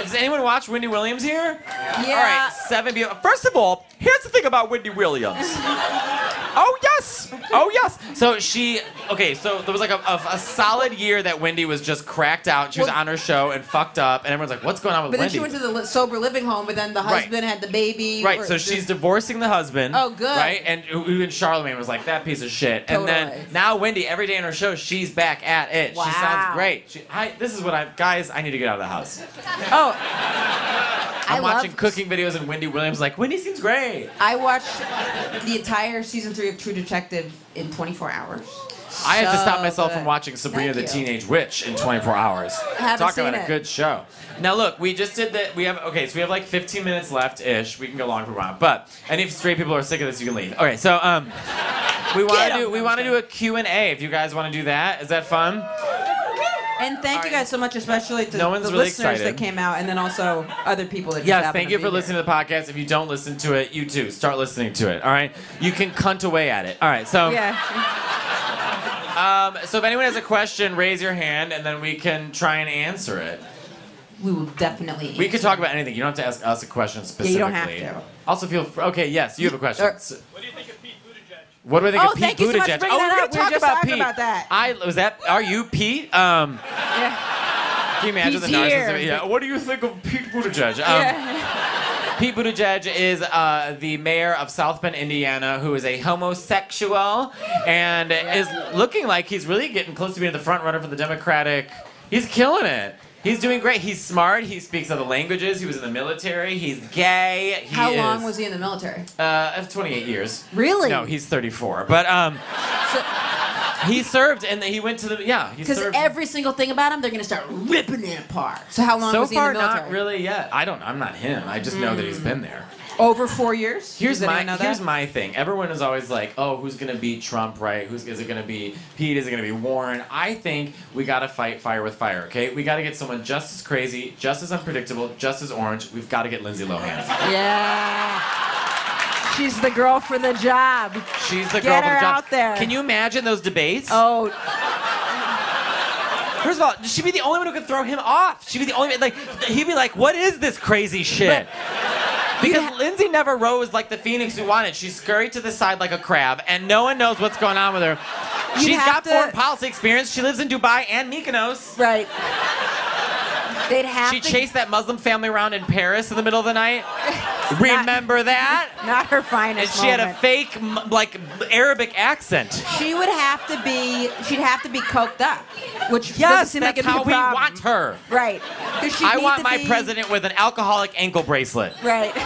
Speaker 4: Does anyone watch Wendy Williams here? All
Speaker 2: Yeah.
Speaker 4: right, seven beautiful. First of all, here's the thing about Wendy Williams. Oh yes, oh yes. So she, okay. So there was like a, a, a solid year that Wendy was just cracked out. She was
Speaker 2: Well-
Speaker 4: on her show and fucked up, and everyone's like, "What's going on with
Speaker 2: But then
Speaker 4: Wendy?"
Speaker 2: she went to the li- sober living home, but then the
Speaker 4: Right.
Speaker 2: husband had the baby.
Speaker 4: Right,
Speaker 2: or
Speaker 4: so
Speaker 2: the-
Speaker 4: she's divorcing the husband.
Speaker 2: Oh, good.
Speaker 4: Right, and who- even Charlemagne was like that piece of shit. And
Speaker 2: Totally.
Speaker 4: then now Wendy, every day on her show, she's back at it. She
Speaker 2: Wow.
Speaker 4: sounds great. She, I, this is what I, guys, I need to get out of the house.
Speaker 2: Oh,
Speaker 4: I'm
Speaker 2: love-
Speaker 4: watching cooking videos, and Wendy Williams like Wendy seems great.
Speaker 2: I watched the entire season three of True Detective in 24 hours.
Speaker 4: I have to stop
Speaker 2: So
Speaker 4: myself
Speaker 2: good.
Speaker 4: from watching Sabrina
Speaker 2: Thank
Speaker 4: the
Speaker 2: you.
Speaker 4: Teenage Witch in 24 hours.
Speaker 2: haven't
Speaker 4: Talk
Speaker 2: seen
Speaker 4: about a
Speaker 2: it.
Speaker 4: good show. Now look, we just did that. We have okay, so we have like 15 minutes left ish. We can go long if we want, but and if straight people are sick of this, you can leave. Okay, so um, we want to do we want to do a Q and A. If you guys want to do that, is that fun?
Speaker 2: And thank you
Speaker 4: right.
Speaker 2: guys so much, especially to
Speaker 4: No
Speaker 2: the
Speaker 4: one's really
Speaker 2: listeners
Speaker 4: excited.
Speaker 2: that came out, and then also other people that. just
Speaker 4: Yes,
Speaker 2: happened
Speaker 4: thank
Speaker 2: to
Speaker 4: you
Speaker 2: be
Speaker 4: for
Speaker 2: here.
Speaker 4: listening to the podcast. If you don't listen to it, you too start listening to it. All right, you can cunt away at it. All right, so
Speaker 2: Yeah,
Speaker 4: so if anyone has a question, raise your hand and then we can try and answer it.
Speaker 2: we will definitely.
Speaker 4: We could talk about anything. You don't have to ask us a question
Speaker 2: Yeah,
Speaker 4: specifically.
Speaker 2: you don't have to.
Speaker 4: Also, feel fr- okay. Yes, you have a question.
Speaker 2: or-
Speaker 4: S- what do you think
Speaker 2: Oh,
Speaker 4: of Pete Buttigieg? What do I think
Speaker 2: thank you so
Speaker 4: of Pete
Speaker 2: much
Speaker 4: Buttigieg?
Speaker 2: for bringing
Speaker 4: oh,
Speaker 2: that
Speaker 4: we're gonna
Speaker 2: up. We were
Speaker 4: talk
Speaker 2: just
Speaker 4: about
Speaker 2: talking
Speaker 4: Pete.
Speaker 2: about that.
Speaker 4: I was that. Are you Pete? Um,
Speaker 2: Yeah.
Speaker 4: can you imagine
Speaker 2: He's
Speaker 4: the
Speaker 2: here.
Speaker 4: narcissism? Yeah. What do you think of Pete Buttigieg? Um, Pete Buttigieg is uh, the mayor of South Bend, Indiana, who is a homosexual and is looking like he's really getting close to being the front runner for the Democratic. He's killing it. He's doing great. He's smart. He speaks other languages. He was in the military. He's gay. He
Speaker 2: How long
Speaker 4: is-
Speaker 2: was he in the military?
Speaker 4: Uh, 28 years.
Speaker 2: Really?
Speaker 4: No, he's 34. But um,
Speaker 2: So-
Speaker 4: He served, and he went to the yeah. He
Speaker 2: Because
Speaker 4: served.
Speaker 2: every single thing about him, they're gonna start ripping it apart. So how long
Speaker 4: so
Speaker 2: was he
Speaker 4: far,
Speaker 2: in the military? Mm.
Speaker 4: not really yet. I don't. I'm not him. I just know that he's been there.
Speaker 2: Over four years.
Speaker 4: Here's
Speaker 2: Does
Speaker 4: my
Speaker 2: anyone know
Speaker 4: here's
Speaker 2: that?
Speaker 4: my thing. Everyone is always like, "Oh, who's gonna beat Trump? Right? Who's is it gonna be Pete? Is it gonna be Warren?" I think we gotta fight fire with fire. Okay, we gotta get someone just as crazy, just as unpredictable, just as orange. We've gotta get Lindsay Lohan.
Speaker 5: Yeah. She's the girl for the job.
Speaker 4: She's the
Speaker 5: Get
Speaker 4: girl from
Speaker 5: her
Speaker 4: the job.
Speaker 5: out there.
Speaker 4: Can you imagine those debates?
Speaker 5: Oh,
Speaker 4: First of all, she'd be the only one who could throw him off. She'd be the only like he'd be like, "What is this crazy shit?" because Lindsay never rose like the phoenix we wanted. She scurried to the side like a crab, and no one knows what's going on with her.
Speaker 5: You'd
Speaker 4: She's
Speaker 5: have
Speaker 4: got
Speaker 5: to-
Speaker 4: foreign policy experience. She lives in Dubai and Mykonos.
Speaker 5: right. They'd have
Speaker 4: She
Speaker 5: to.
Speaker 4: chased that Muslim family around in Paris in the middle of the night. Remember that?
Speaker 5: not her
Speaker 4: And
Speaker 5: finest.
Speaker 4: she had a
Speaker 5: moment.
Speaker 4: fake m- like Arabic accent.
Speaker 2: She would have to be. She'd have to be coked up, which doesn't
Speaker 4: Yes,
Speaker 2: seem
Speaker 4: that's
Speaker 2: like a
Speaker 4: how
Speaker 2: big
Speaker 4: we
Speaker 2: problem.
Speaker 4: want her.
Speaker 5: Right.
Speaker 2: Does she
Speaker 4: I
Speaker 2: need
Speaker 4: want
Speaker 2: to
Speaker 4: my
Speaker 2: be-
Speaker 4: president with an alcoholic ankle bracelet.
Speaker 2: Right.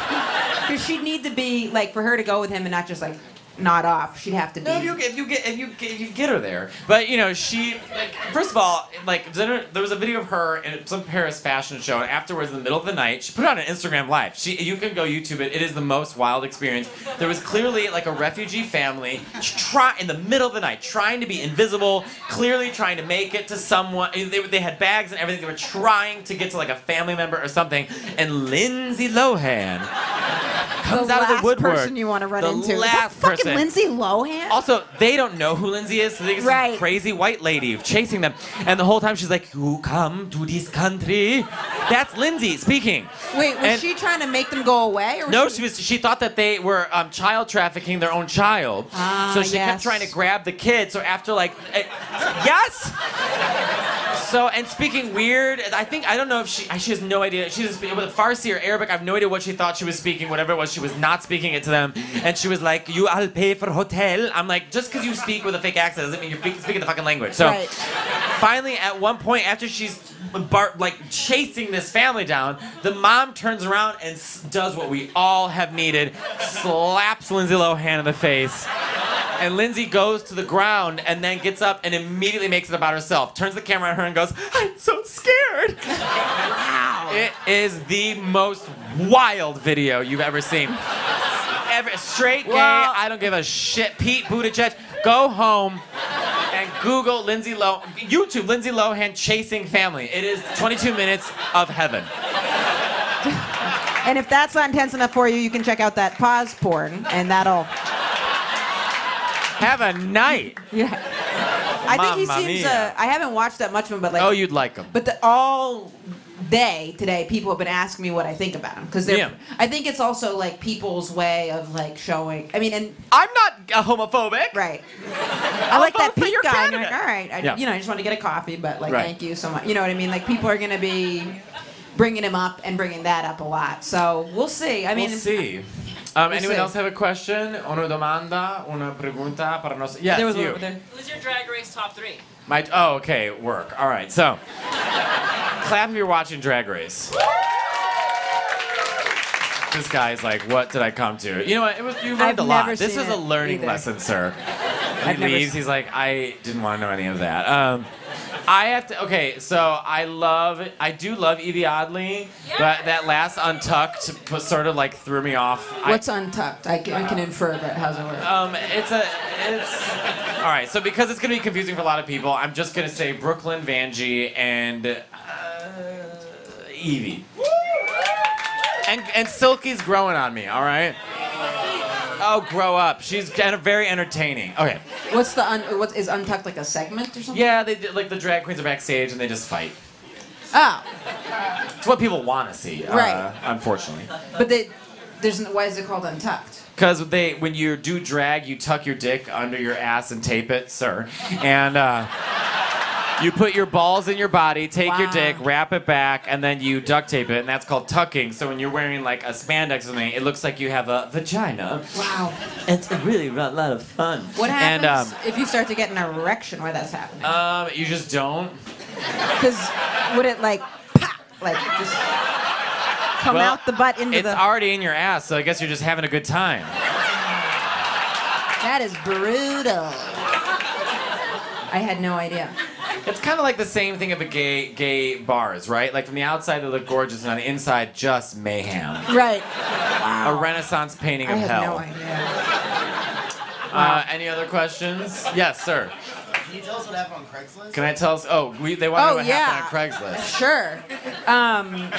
Speaker 2: Because she'd need to be like for her to go with him and not just like nod off. She'd have to be.
Speaker 4: No, if you, if you get if you if you get her there, but you know she like first of all like dinner, there was a video of her in some Paris fashion show, and afterwards in the middle of the night she put it on an Instagram live. She you can go YouTube it. It is the most wild experience. There was clearly like a refugee family try in the middle of the night trying to be invisible, clearly trying to make it to someone. They, they had bags and everything. They were trying to get to like a family member or something, and Lindsay Lohan comes
Speaker 5: the
Speaker 4: out
Speaker 5: last
Speaker 4: of the woodwork.
Speaker 5: person you want to run
Speaker 4: the
Speaker 5: into. Is that
Speaker 4: last
Speaker 5: fucking
Speaker 4: person.
Speaker 5: Lindsay Lohan?
Speaker 4: Also, they don't know who Lindsay is, so they get some
Speaker 5: Right.
Speaker 4: crazy white lady chasing them. And the whole time she's like, You come to this country. That's Lindsay speaking.
Speaker 2: Wait, was
Speaker 4: And-
Speaker 2: she trying to make them go away? Or was
Speaker 4: No,
Speaker 2: she-
Speaker 4: she was. She thought that they were um, child trafficking their own child,
Speaker 2: Ah,
Speaker 4: so she kept
Speaker 2: yes.
Speaker 4: trying to grab the kid. So after like, eh, yes. So and speaking weird, I think I don't know if she I- she has no idea. She was speaking with Farsi or Arabic. I have no idea what she thought she was speaking. Whatever it was, she was not speaking it to them. And she was like, "You, I'll pay for hotel." I'm like, just because you speak with a fake accent doesn't mean you're speaking, speaking the fucking language. So
Speaker 5: Right.
Speaker 4: finally, at one point, after she's bar- like chasing this family down, the mom turns around and s- does what we all have needed: slaps Lindsay Lohan in the face. And Lindsay goes to the ground and then gets up and immediately makes it about herself. Turns the camera on her and goes, "I'm so scared." It is the most wild video you've ever seen. Ever, straight gay,
Speaker 5: Well-
Speaker 4: I don't give a shit. Pete Buttigieg, go home and Google Lindsay Lohan, YouTube Lindsay Lohan chasing family. It is 22 minutes of heaven.
Speaker 2: And if that's not intense enough for you, you can check out that pause porn, and that'll.
Speaker 4: Have a night.
Speaker 2: Yeah. I think he
Speaker 4: Mamma
Speaker 2: seems.
Speaker 4: mia.
Speaker 2: Uh, I haven't watched that much of him, but like.
Speaker 4: Oh, you'd like them.
Speaker 2: But the, all day today, people have been asking me what I think about him because they're.
Speaker 4: Yeah.
Speaker 2: I think it's also like people's way of like showing. I mean, and
Speaker 4: I'm not uh, homophobic.
Speaker 2: right. I like that
Speaker 4: vote for
Speaker 2: pink
Speaker 4: your
Speaker 2: guy. and you're
Speaker 4: candidate.
Speaker 2: like, all right, I,
Speaker 4: Yeah.
Speaker 2: you know, I just want to get a coffee, but like,
Speaker 4: Right.
Speaker 2: thank you so much. You know what I mean? Like, people are gonna be bringing him up and bringing that up a lot. So we'll see. I mean,
Speaker 4: we'll see. Um, anyone
Speaker 2: see.
Speaker 4: else have a question? Una domanda? Una pregunta para nos? Yes,
Speaker 2: there was
Speaker 4: you.
Speaker 2: one over there.
Speaker 8: Who's your drag race top three?
Speaker 4: My oh, okay, work. All right, so clap if you're watching Drag Race. This guy's like, what did I come to? You know what? It was you learned
Speaker 5: I've
Speaker 4: a lot.
Speaker 5: never
Speaker 4: this
Speaker 5: seen
Speaker 4: is a
Speaker 5: it
Speaker 4: learning
Speaker 5: either.
Speaker 4: lesson, sir. He
Speaker 5: I've never
Speaker 4: leaves.
Speaker 5: seen-
Speaker 4: He's like, I didn't want to know any of that. Um, I have to. Okay, so I love. I do love Evie Oddly, but that last Untucked was sort of like threw me off. I-
Speaker 2: What's untucked? I can, I can infer, but how's it work?
Speaker 4: um, it's a, it's. All right, so because it's gonna be confusing for a lot of people, I'm just gonna say Brooklyn Vanjie and uh, Evie. And and Silky's growing on me. All right. Oh, grow up. She's kind of very entertaining. Okay.
Speaker 2: What's the un, what is untucked like a segment or something?
Speaker 4: Yeah, they did, like the drag queens are backstage and they just fight.
Speaker 2: Oh,
Speaker 4: It's what people want to see. uh,
Speaker 2: Right.
Speaker 4: unfortunately.
Speaker 2: but they, there's no, why is it called untucked?
Speaker 4: Because they, when you do drag, you tuck your dick under your ass and tape it, sir. And uh, you put your balls in your body, take your
Speaker 2: Wow.
Speaker 4: dick, wrap it back, and then you duct tape it, and that's called tucking. So when you're wearing like a spandex or something, it looks like you have a vagina.
Speaker 2: Wow.
Speaker 4: It's really a lot of fun.
Speaker 2: What
Speaker 4: And
Speaker 2: happens
Speaker 4: um,
Speaker 2: if you start to get an erection while that's happening?
Speaker 4: um, you just don't.
Speaker 2: Because would it like pop, like just come
Speaker 4: Well,
Speaker 2: out the butt into
Speaker 4: It's
Speaker 2: the?
Speaker 4: already in your ass, so I guess you're just having a good time.
Speaker 2: that is brutal. I had no idea.
Speaker 4: It's kind of like the same thing of the gay gay bars, right? Like from the outside they look gorgeous, and on the inside just mayhem.
Speaker 5: Right.
Speaker 4: A Renaissance painting
Speaker 5: I
Speaker 4: of
Speaker 5: had
Speaker 4: hell.
Speaker 5: no idea.
Speaker 4: Uh, any other questions? Yes, sir.
Speaker 8: Can you tell us what happened on Craigslist?
Speaker 4: Can I tell us? Oh, we, they want to
Speaker 5: Oh,
Speaker 4: know what happened on Craigslist.
Speaker 5: Sure. Um,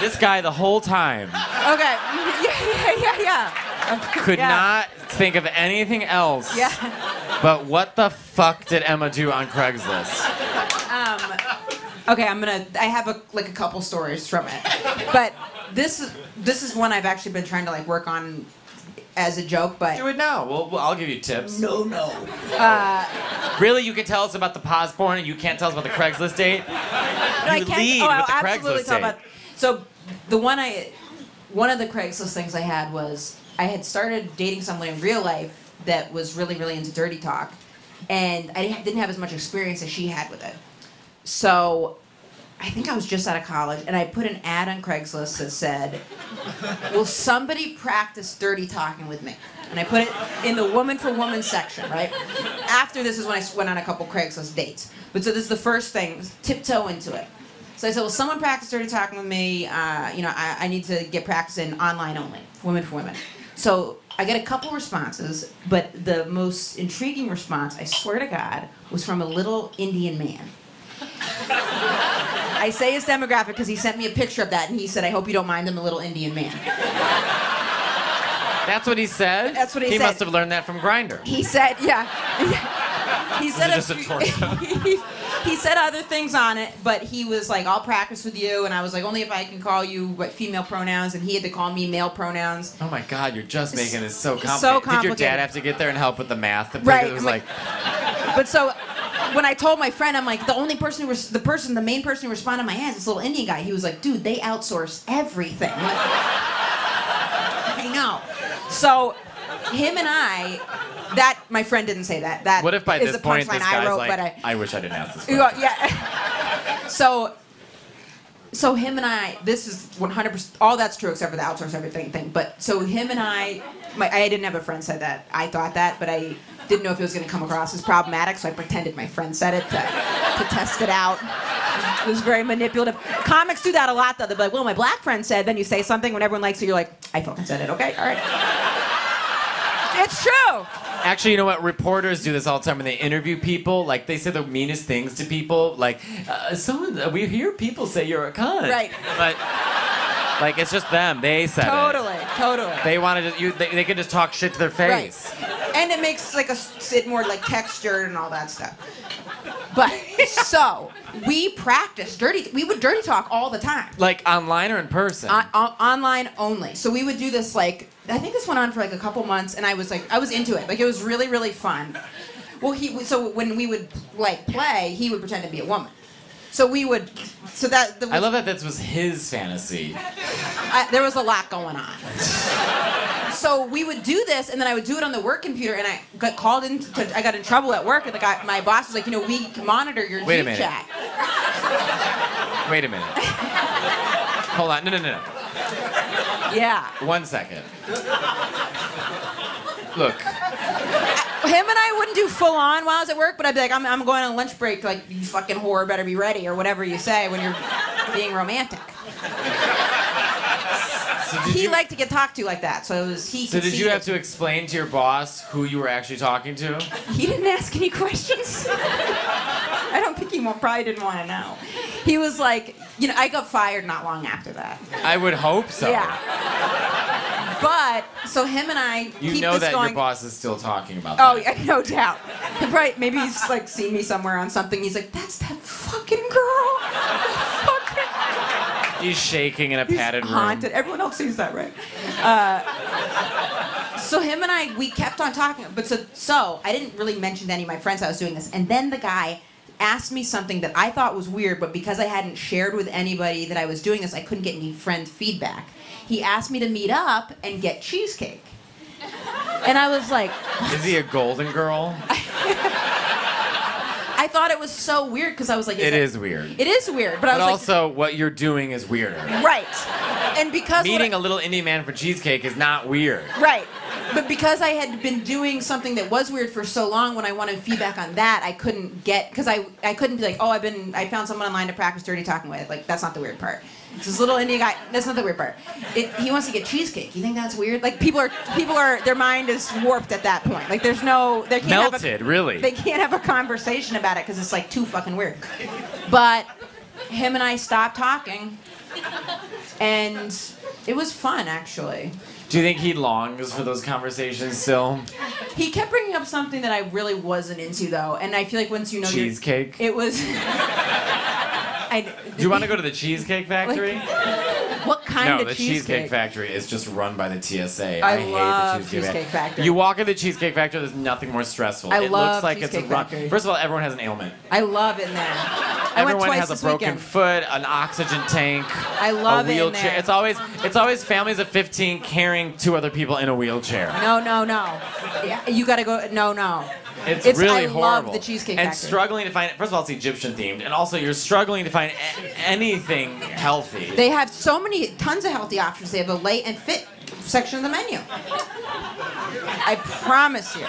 Speaker 4: This guy the whole time
Speaker 5: okay. Yeah, yeah, yeah, yeah.
Speaker 4: could
Speaker 5: Yeah.
Speaker 4: not think of anything else.
Speaker 5: Yeah.
Speaker 4: But what the fuck did Emma do on Craigslist?
Speaker 2: Okay, I'm gonna. I have a, like a couple stories from it, but this is this is one I've actually been trying to like work on as a joke, but
Speaker 4: Do it now. Well, well, I'll give you tips. Uh,
Speaker 8: No, no.
Speaker 4: Really, you can tell us about the pause porn, and you can't tell us about the Craigslist date.
Speaker 2: No,
Speaker 4: You lead
Speaker 2: I'll
Speaker 4: with the
Speaker 2: absolutely
Speaker 4: Craigslist
Speaker 2: tell
Speaker 4: date.
Speaker 2: So the one I, one of the Craigslist things I had was I had started dating someone in real life that was really really into dirty talk, and I didn't have as much experience as she had with it. So, I think I was just out of college, and I put an ad on Craigslist that said, "Will somebody practice dirty talking with me?" And I put it in the woman for woman section, right? After this is when I s- went on a couple Craigslist dates. But so this is the first thing, tiptoe into it. So I said, well, someone practice dirty talking with me. Uh, you know, I, I need to get practice in online only, women for women. So I get a couple responses, but the most intriguing response, I swear to God, was from a little Indian man. I say his demographic because he sent me a picture of that, and he said, "I hope you don't mind. I'm a little Indian man."
Speaker 4: That's what he said.
Speaker 2: That's what he
Speaker 4: He
Speaker 2: said.
Speaker 4: must have learned that from Grinder.
Speaker 2: He said, yeah. he said
Speaker 4: just a
Speaker 2: few-
Speaker 4: torso?
Speaker 2: he, he said other things on it, but he was like, "I'll practice with you," and I was like, "Only if I can call you what female pronouns," and he had to call me male pronouns.
Speaker 4: Oh my God, you're just making this so
Speaker 2: It's
Speaker 4: complicated.
Speaker 2: so
Speaker 4: Did your
Speaker 2: complicated.
Speaker 4: dad have to get there and help with the math? The
Speaker 2: Right,
Speaker 4: It was
Speaker 2: I'm
Speaker 4: like,
Speaker 2: like- But so when I told my friend, I'm like, the only person who was the person, the main person who responded to my ads, this little Indian guy. He was like, "Dude, they outsource everything." I'm like, I know. So him and I. That my friend didn't say that. That
Speaker 4: what if by
Speaker 2: is
Speaker 4: this
Speaker 2: the
Speaker 4: point this
Speaker 2: punchline I
Speaker 4: guy's
Speaker 2: wrote,
Speaker 4: like,
Speaker 2: but I,
Speaker 4: I wish I didn't ask this question.
Speaker 2: Yeah, yeah. so, so him and I, this is 100%, all that's true except for the outsource everything thing. But so him and I, my, I didn't have a friend said that. I thought that, but I didn't know if it was going to come across as problematic, so I pretended my friend said it to, to test it out. It was very manipulative. Comics do that a lot, though. They'll be like, well, my black friend said, then you say something when everyone likes it, you're like, I fucking said it, okay? All right.
Speaker 5: It's true.
Speaker 4: Actually, you know what? Reporters do this all the time when they interview people. Like they say the meanest things to people. Like, uh, so we hear people say you're a cunt.
Speaker 5: Right.
Speaker 4: But like it's just them. They said it.
Speaker 5: Totally. Totally.
Speaker 4: They want to just you. They, they can just talk shit to their face.
Speaker 2: And it makes like a s- it more like textured and all that stuff. But so we practiced dirty. We would dirty talk all the time,
Speaker 4: Like online or in person.
Speaker 2: on, on, online only. So we would do this like I think this went on for like a couple months, and I was like I was into it. Like it was really really fun. Well, he would- so when we would like play, he would pretend to be a woman. So we would so that the,
Speaker 4: I love that this was his fantasy.
Speaker 2: I, there was a lot going on. so we would do this, and then I would do it on the work computer, and I got called in. To, I got in trouble at work, and the guy, my boss was like, "You know, we can monitor your
Speaker 4: Wait a
Speaker 2: G
Speaker 4: minute.
Speaker 2: chat."
Speaker 4: Wait a minute. Hold on. No, no, no,
Speaker 5: Yeah.
Speaker 4: no. One second. Look.
Speaker 2: Him and I wouldn't do full on while I was at work, but I'd be like, "I'm, I'm going on lunch break. Like, you fucking whore, better be ready," or whatever you say when you're being romantic.
Speaker 4: So did
Speaker 2: He
Speaker 4: you,
Speaker 2: liked to get talked to like that, so it was he.
Speaker 4: so did you
Speaker 2: conceded.
Speaker 4: have to explain to your boss who you were actually talking to?
Speaker 2: He didn't ask any questions. I don't think he wa- probably didn't want to know. He was like, you know, I got fired not long after that.
Speaker 4: I would hope so.
Speaker 2: Yeah. But so him and I
Speaker 4: You
Speaker 2: keep
Speaker 4: know
Speaker 2: this
Speaker 4: that
Speaker 2: going.
Speaker 4: your boss is still talking about
Speaker 2: Oh
Speaker 4: that.
Speaker 2: yeah, no doubt. Right? Maybe he's like seen me somewhere on something. He's like, "That's that fucking girl." Fucking-
Speaker 4: He's shaking in a
Speaker 2: He's
Speaker 4: padded room.
Speaker 2: haunted. Everyone else sees that, right? Uh, so him and I, we kept on talking. But so, so I didn't really mention to any of my friends I was doing this. And then the guy asked me something that I thought was weird, but because I hadn't shared with anybody that I was doing this, I couldn't get any friend feedback. He asked me to meet up and get cheesecake. And I was like,
Speaker 4: Is he a golden girl?
Speaker 2: I thought it was so weird because I was like,
Speaker 4: It
Speaker 2: that-
Speaker 4: is weird.
Speaker 2: It is weird, but, I
Speaker 4: but
Speaker 2: was
Speaker 4: also, what you're doing is weirder.
Speaker 2: like, right. And because what I-
Speaker 4: Meeting a little Indian man for cheesecake is not weird.
Speaker 5: Right.
Speaker 2: But because I had been doing something that was weird for so long, when I wanted feedback on that, I couldn't get because I I couldn't be like, oh, I've been I found someone online to practice dirty talking with. Like that's not the weird part. It's this little Indian guy. That's not the weird part. It, he wants to get cheesecake. You think that's weird? Like people are people are their mind is warped at that point. Like there's no they can't Have
Speaker 4: Melted,
Speaker 2: a,
Speaker 4: really.
Speaker 2: They can't have a conversation about it because it's like too fucking weird. But him and I stopped talking, and it was fun actually.
Speaker 4: Do you think he longs for those conversations still?
Speaker 2: He kept bringing up something that I really wasn't into though, and I feel like once you know you're-
Speaker 4: Cheesecake?
Speaker 2: it was. I,
Speaker 4: Do you want to go to the Cheesecake Factory?
Speaker 2: What kind
Speaker 4: no,
Speaker 2: of
Speaker 4: the cheesecake? Factory is just run by the TSA.
Speaker 2: I
Speaker 4: I, hate
Speaker 2: love
Speaker 4: the Cheesecake,
Speaker 2: Cheesecake Factory.
Speaker 4: You walk in the Cheesecake Factory, there's nothing more stressful.
Speaker 2: I
Speaker 4: it
Speaker 2: love
Speaker 4: looks like it's a
Speaker 2: Cheesecake
Speaker 4: run.
Speaker 2: Factory.
Speaker 4: First of all, everyone has an ailment.
Speaker 2: I love it in there. I went
Speaker 4: everyone
Speaker 2: twice
Speaker 4: has a
Speaker 2: this
Speaker 4: broken
Speaker 2: weekend.
Speaker 4: foot, an oxygen tank.
Speaker 2: I love
Speaker 4: a
Speaker 2: it in
Speaker 4: wheelchair.
Speaker 2: there.
Speaker 4: It's always it's always families of 15 carrying two other people in a wheelchair.
Speaker 2: no, no, no. Yeah, you gotta go. No, no.
Speaker 4: It's,
Speaker 2: It's- I
Speaker 4: really
Speaker 2: love
Speaker 4: horrible.
Speaker 2: the Cheesecake
Speaker 4: and
Speaker 2: Factory.
Speaker 4: struggling to find. First of all, it's Egyptian themed, and also you're struggling to find a- anything healthy.
Speaker 2: They have so many tons of healthy options. They have a light and fit section of the menu. I promise you.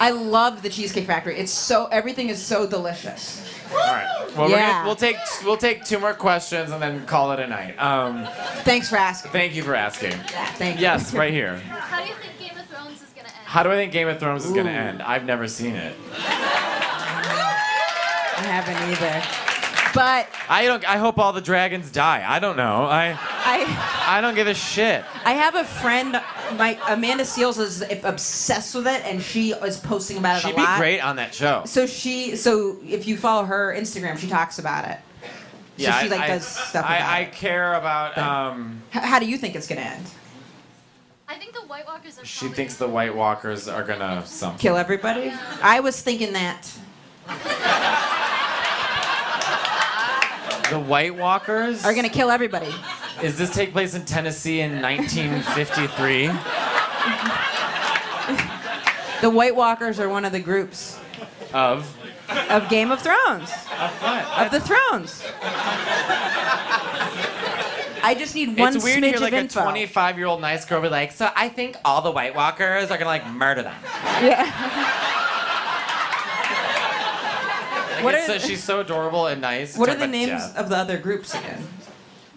Speaker 2: I love the Cheesecake Factory. It's so everything is so delicious.
Speaker 4: all right. Well, we're
Speaker 2: Yeah.
Speaker 4: gonna, we'll take we'll take two more questions and then call it a night. Um,
Speaker 2: Thanks for asking.
Speaker 4: thank you for asking.
Speaker 2: Thank you.
Speaker 4: Yes, right here.
Speaker 6: How do you think Game of Thrones is gonna end?
Speaker 4: How do I think Game of Thrones is gonna end? I've never seen it.
Speaker 2: I haven't either. But
Speaker 4: I don't. I hope all the dragons die. I don't know. I
Speaker 2: I
Speaker 4: I don't give a shit.
Speaker 2: I have a friend, my Amanda Seals is obsessed with it, and she is posting about it
Speaker 4: She'd
Speaker 2: a
Speaker 4: be
Speaker 2: lot.
Speaker 4: great on that show.
Speaker 2: So she, so if you follow her Instagram, she talks about it. so she like does stuff
Speaker 4: I,
Speaker 2: about
Speaker 4: I
Speaker 2: it.
Speaker 4: care about. Um,
Speaker 2: H- how do you think it's gonna end?
Speaker 6: I think the White Walkers are.
Speaker 4: she
Speaker 6: probably-
Speaker 4: thinks the White Walkers are gonna something.
Speaker 2: Kill everybody? I was thinking that.
Speaker 4: The White Walkers
Speaker 2: Are gonna kill everybody?
Speaker 4: Is this take place in Tennessee in 1953?
Speaker 2: The White Walkers are one of the groups
Speaker 4: of
Speaker 2: of Game of Thrones,
Speaker 4: what?
Speaker 2: of the Thrones. I just need one
Speaker 4: It's weird to
Speaker 2: smidge
Speaker 4: hear like
Speaker 2: of
Speaker 4: a
Speaker 2: info.
Speaker 4: 25 year old nice girl be like, so I think all the White Walkers are gonna like murder them.
Speaker 2: Yeah.
Speaker 4: Like,
Speaker 2: What
Speaker 4: it's
Speaker 2: are-
Speaker 4: so, she's so adorable and nice.
Speaker 2: What are
Speaker 4: Talk
Speaker 2: the
Speaker 4: about
Speaker 2: names
Speaker 4: death.
Speaker 2: of the other groups again?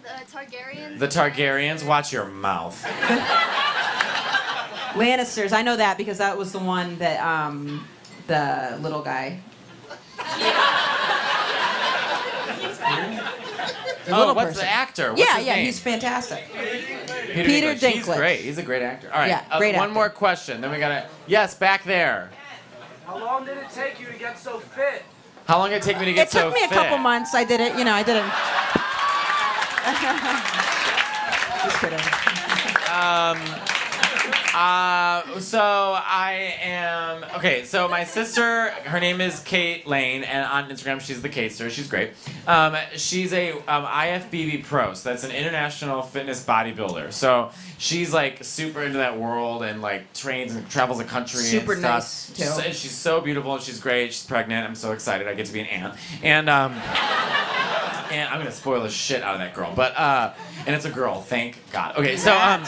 Speaker 6: The Targaryens.
Speaker 4: The Targaryens. Watch your mouth.
Speaker 2: Lannisters. I know that because that was the one that um, the little guy. The
Speaker 4: oh,
Speaker 2: little
Speaker 4: what's
Speaker 2: person.
Speaker 4: the actor? What's
Speaker 2: yeah,
Speaker 4: his
Speaker 2: yeah,
Speaker 4: name?
Speaker 2: he's fantastic.
Speaker 4: Peter,
Speaker 2: Peter
Speaker 4: Dinklage. He's
Speaker 2: Dinklage.
Speaker 4: great. He's a great actor. All right.
Speaker 2: Yeah,
Speaker 4: uh,
Speaker 2: great
Speaker 4: one
Speaker 2: actor.
Speaker 4: more question. Then we gotta. Yes, back there.
Speaker 9: How long did it take you to get so fit?
Speaker 4: How long did it take me to get
Speaker 2: it
Speaker 4: so
Speaker 2: took me a
Speaker 4: fit?
Speaker 2: couple months. I did it. You know, I did it. Just kidding.
Speaker 4: Uh, so I am okay. So my sister, her name is Kate Lane, and on Instagram she's the Katester. She's great. Um, she's a um, IFBB pro, so that's an international fitness bodybuilder. So she's like super into that world and like trains and travels the country.
Speaker 2: Super
Speaker 4: and
Speaker 2: nice,
Speaker 4: stuff.
Speaker 2: too.
Speaker 4: She's, she's so beautiful and she's great. She's pregnant. I'm so excited. I get to be an aunt. And um, and I'm gonna spoil the shit out of that girl. But uh, and it's a girl. Thank God. Okay, so um.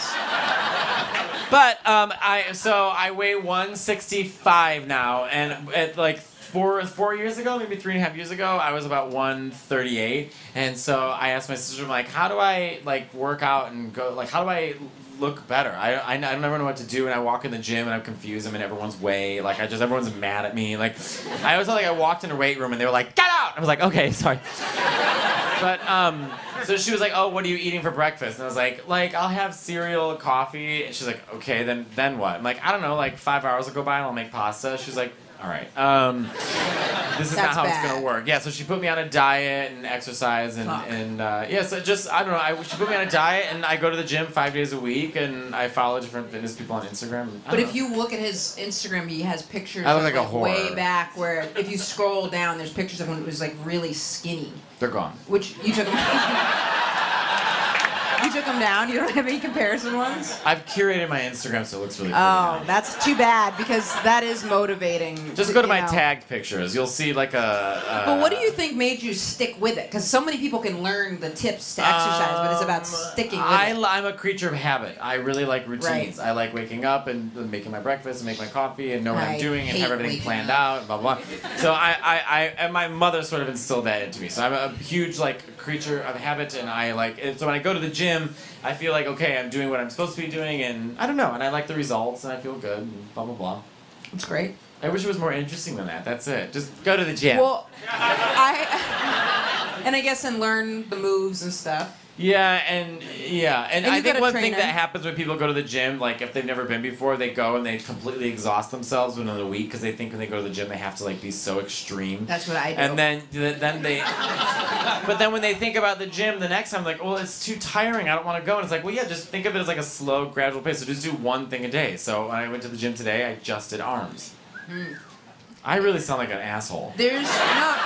Speaker 4: But um, I so I weigh 165 now, and at like four four years ago, maybe three and a half years ago, I was about 138, and so I asked my sister, I'm like, how do I like work out and go like how do I look better? I, I, I don't ever know what to do, and I walk in the gym and I'm confused. I'm in everyone's way, like I just everyone's mad at me. Like I always felt like I walked in a weight room and they were like, get out. I was like, okay, sorry. But um, so she was like, "Oh, what are you eating for breakfast?" And I was like, "Like I'll have cereal, coffee." And she's like, "Okay, then then what?" I'm like, "I don't know. Like five hours will go by and I'll make pasta." She's like, "All right, um, this
Speaker 2: That's
Speaker 4: is not how
Speaker 2: bad.
Speaker 4: it's gonna work." Yeah, so she put me on a diet and exercise and
Speaker 2: Fuck.
Speaker 4: and uh, yeah, so just I don't know. I, she put me on a diet and I go to the gym five days a week and I follow different fitness people on Instagram. I
Speaker 2: But
Speaker 4: don't
Speaker 2: if
Speaker 4: know.
Speaker 2: you look at his Instagram, he has pictures
Speaker 4: I
Speaker 2: of,
Speaker 4: look like a whore.
Speaker 2: way back where if you scroll down, there's pictures of when it was like really skinny,
Speaker 4: they're gone.
Speaker 2: which you took. you
Speaker 5: took them down? You don't have any comparison ones?
Speaker 4: I've curated my Instagram so it looks really pretty.
Speaker 5: Oh, that's too bad because that is motivating.
Speaker 4: Just go to
Speaker 5: you
Speaker 4: my
Speaker 5: know.
Speaker 4: tagged pictures. You'll see like a. a
Speaker 2: But what do you think made you stick with it? Because so many people can learn the tips to exercise, but it's about
Speaker 4: Um,
Speaker 2: sticking with
Speaker 4: I,
Speaker 2: it.
Speaker 4: am a creature of habit. I really like routines. I like waking up and making my breakfast and make my coffee and know what
Speaker 2: I
Speaker 4: I'm doing and
Speaker 2: hate
Speaker 4: have everything
Speaker 2: waking
Speaker 4: planned
Speaker 2: up.
Speaker 4: out and blah blah. blah. so I, I, I and my mother sort of instilled that into me. So I'm a huge like creature of habit and I like and so when I go to the gym, I feel like okay, I'm doing what I'm supposed to be doing and I don't know and I like the results and I feel good and blah blah blah.
Speaker 2: It's great.
Speaker 4: I wish it was more interesting than that. That's it. Just go to the gym.
Speaker 2: Well, I and I guess and learn the moves and stuff.
Speaker 4: Yeah, and yeah,
Speaker 2: And
Speaker 4: and, I
Speaker 2: you
Speaker 4: think
Speaker 2: gotta
Speaker 4: one
Speaker 2: train
Speaker 4: thing
Speaker 2: them.
Speaker 4: that happens when people go to the gym, like if they've never been before, they go and they completely exhaust themselves within a week because they think when they go to the gym they have to like be so extreme.
Speaker 2: That's what I do.
Speaker 4: and then th- then they, but then when they think about the gym the next time, like, well, it's too tiring. I don't want to go. And it's like, well, yeah, just think of it as like a slow, gradual pace. So just do one thing a day. So when I went to the gym today, I just did arms.
Speaker 2: Hmm.
Speaker 4: I really sound like an asshole.
Speaker 2: There's no.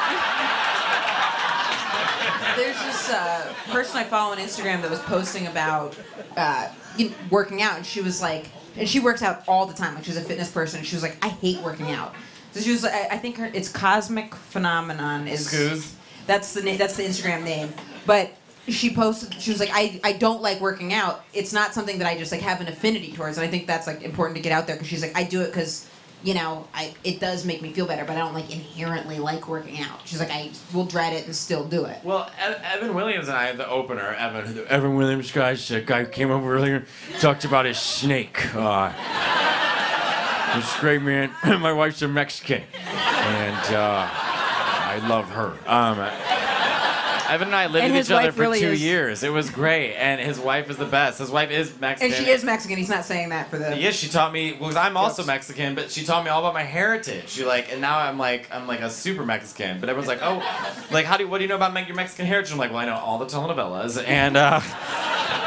Speaker 2: There's this uh, person I follow on Instagram that was posting about uh, you know, working out, and she was like, and she works out all the time. Like she's a fitness person, and she was like, I hate working out. So she was, like, I, I think her, it's cosmic phenomenon is.
Speaker 4: Scooz?
Speaker 2: That's the na- that's the Instagram name, but. She posted. She was like, "I, I don't like working out. It's not something that I just like have an affinity towards." And I think that's like important to get out there because she's like, "I do it because, you know, I it does make me feel better, but I don't like inherently like working out." She's like, "I will dread it and still do it."
Speaker 4: Well, Ev- Evan Williams and I, the opener, Evan, the Evan Williams guys, the guy who came over earlier, talked about his snake. Uh, this great man, my wife's a Mexican, and uh, I love her. Um, Evan and I lived
Speaker 5: And
Speaker 4: with
Speaker 5: his
Speaker 4: each other
Speaker 5: wife
Speaker 4: for
Speaker 5: really
Speaker 4: two
Speaker 5: is-
Speaker 4: years. It was great, and his wife is the best. His wife is
Speaker 2: And
Speaker 4: Mexican.
Speaker 2: she is Mexican. He's not saying that for the.
Speaker 4: Yes, she taught me because I'm also Mexican, but she taught me all about my heritage. She like, and now I'm like, I'm like a super Mexican. But everyone's like, oh, like how do you, what do you know about me- your Mexican heritage? I'm like, well, I know all the telenovelas, and uh,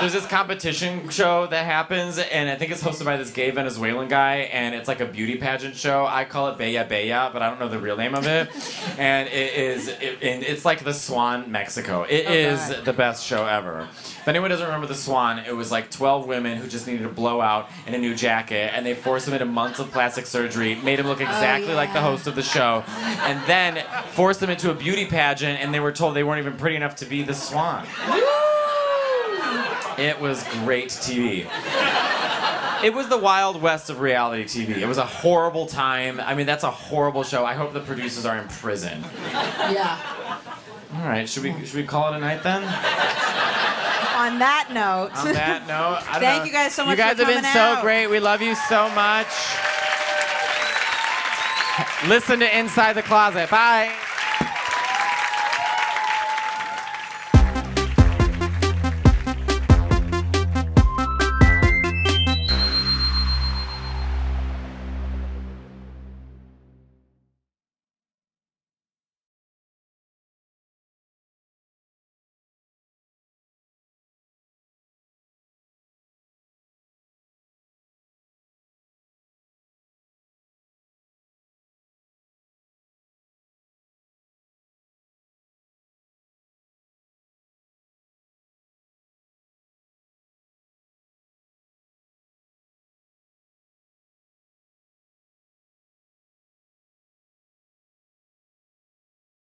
Speaker 4: there's this competition show that happens, and I think it's hosted by this gay Venezuelan guy, and it's like a beauty pageant show. I call it Bella Bella, but I don't know the real name of it. and it is, it, and it's like the Swan Mexico. It is
Speaker 2: Oh, God.
Speaker 4: the best show ever. If anyone doesn't remember The Swan, it was like 12 women who just needed a blowout and a new jacket, and they forced him into months of plastic surgery, made him look exactly like the
Speaker 2: Oh, yeah.
Speaker 4: host of the show, and then forced them into a beauty pageant, and they were told they weren't even pretty enough to be The Swan. It was great TV. It was the wild west of reality TV. It was a horrible time. I mean, that's a horrible show. I hope the producers are in prison.
Speaker 2: Yeah.
Speaker 4: All right, should we should we call it a night then?
Speaker 5: On that note,
Speaker 4: On that note, I don't
Speaker 5: Thank
Speaker 4: know.
Speaker 5: you guys so
Speaker 4: You
Speaker 5: much
Speaker 4: guys
Speaker 5: for
Speaker 4: have been
Speaker 5: coming
Speaker 4: so
Speaker 5: out.
Speaker 4: great. We love you so much. Listen to Inside the Closet. Bye.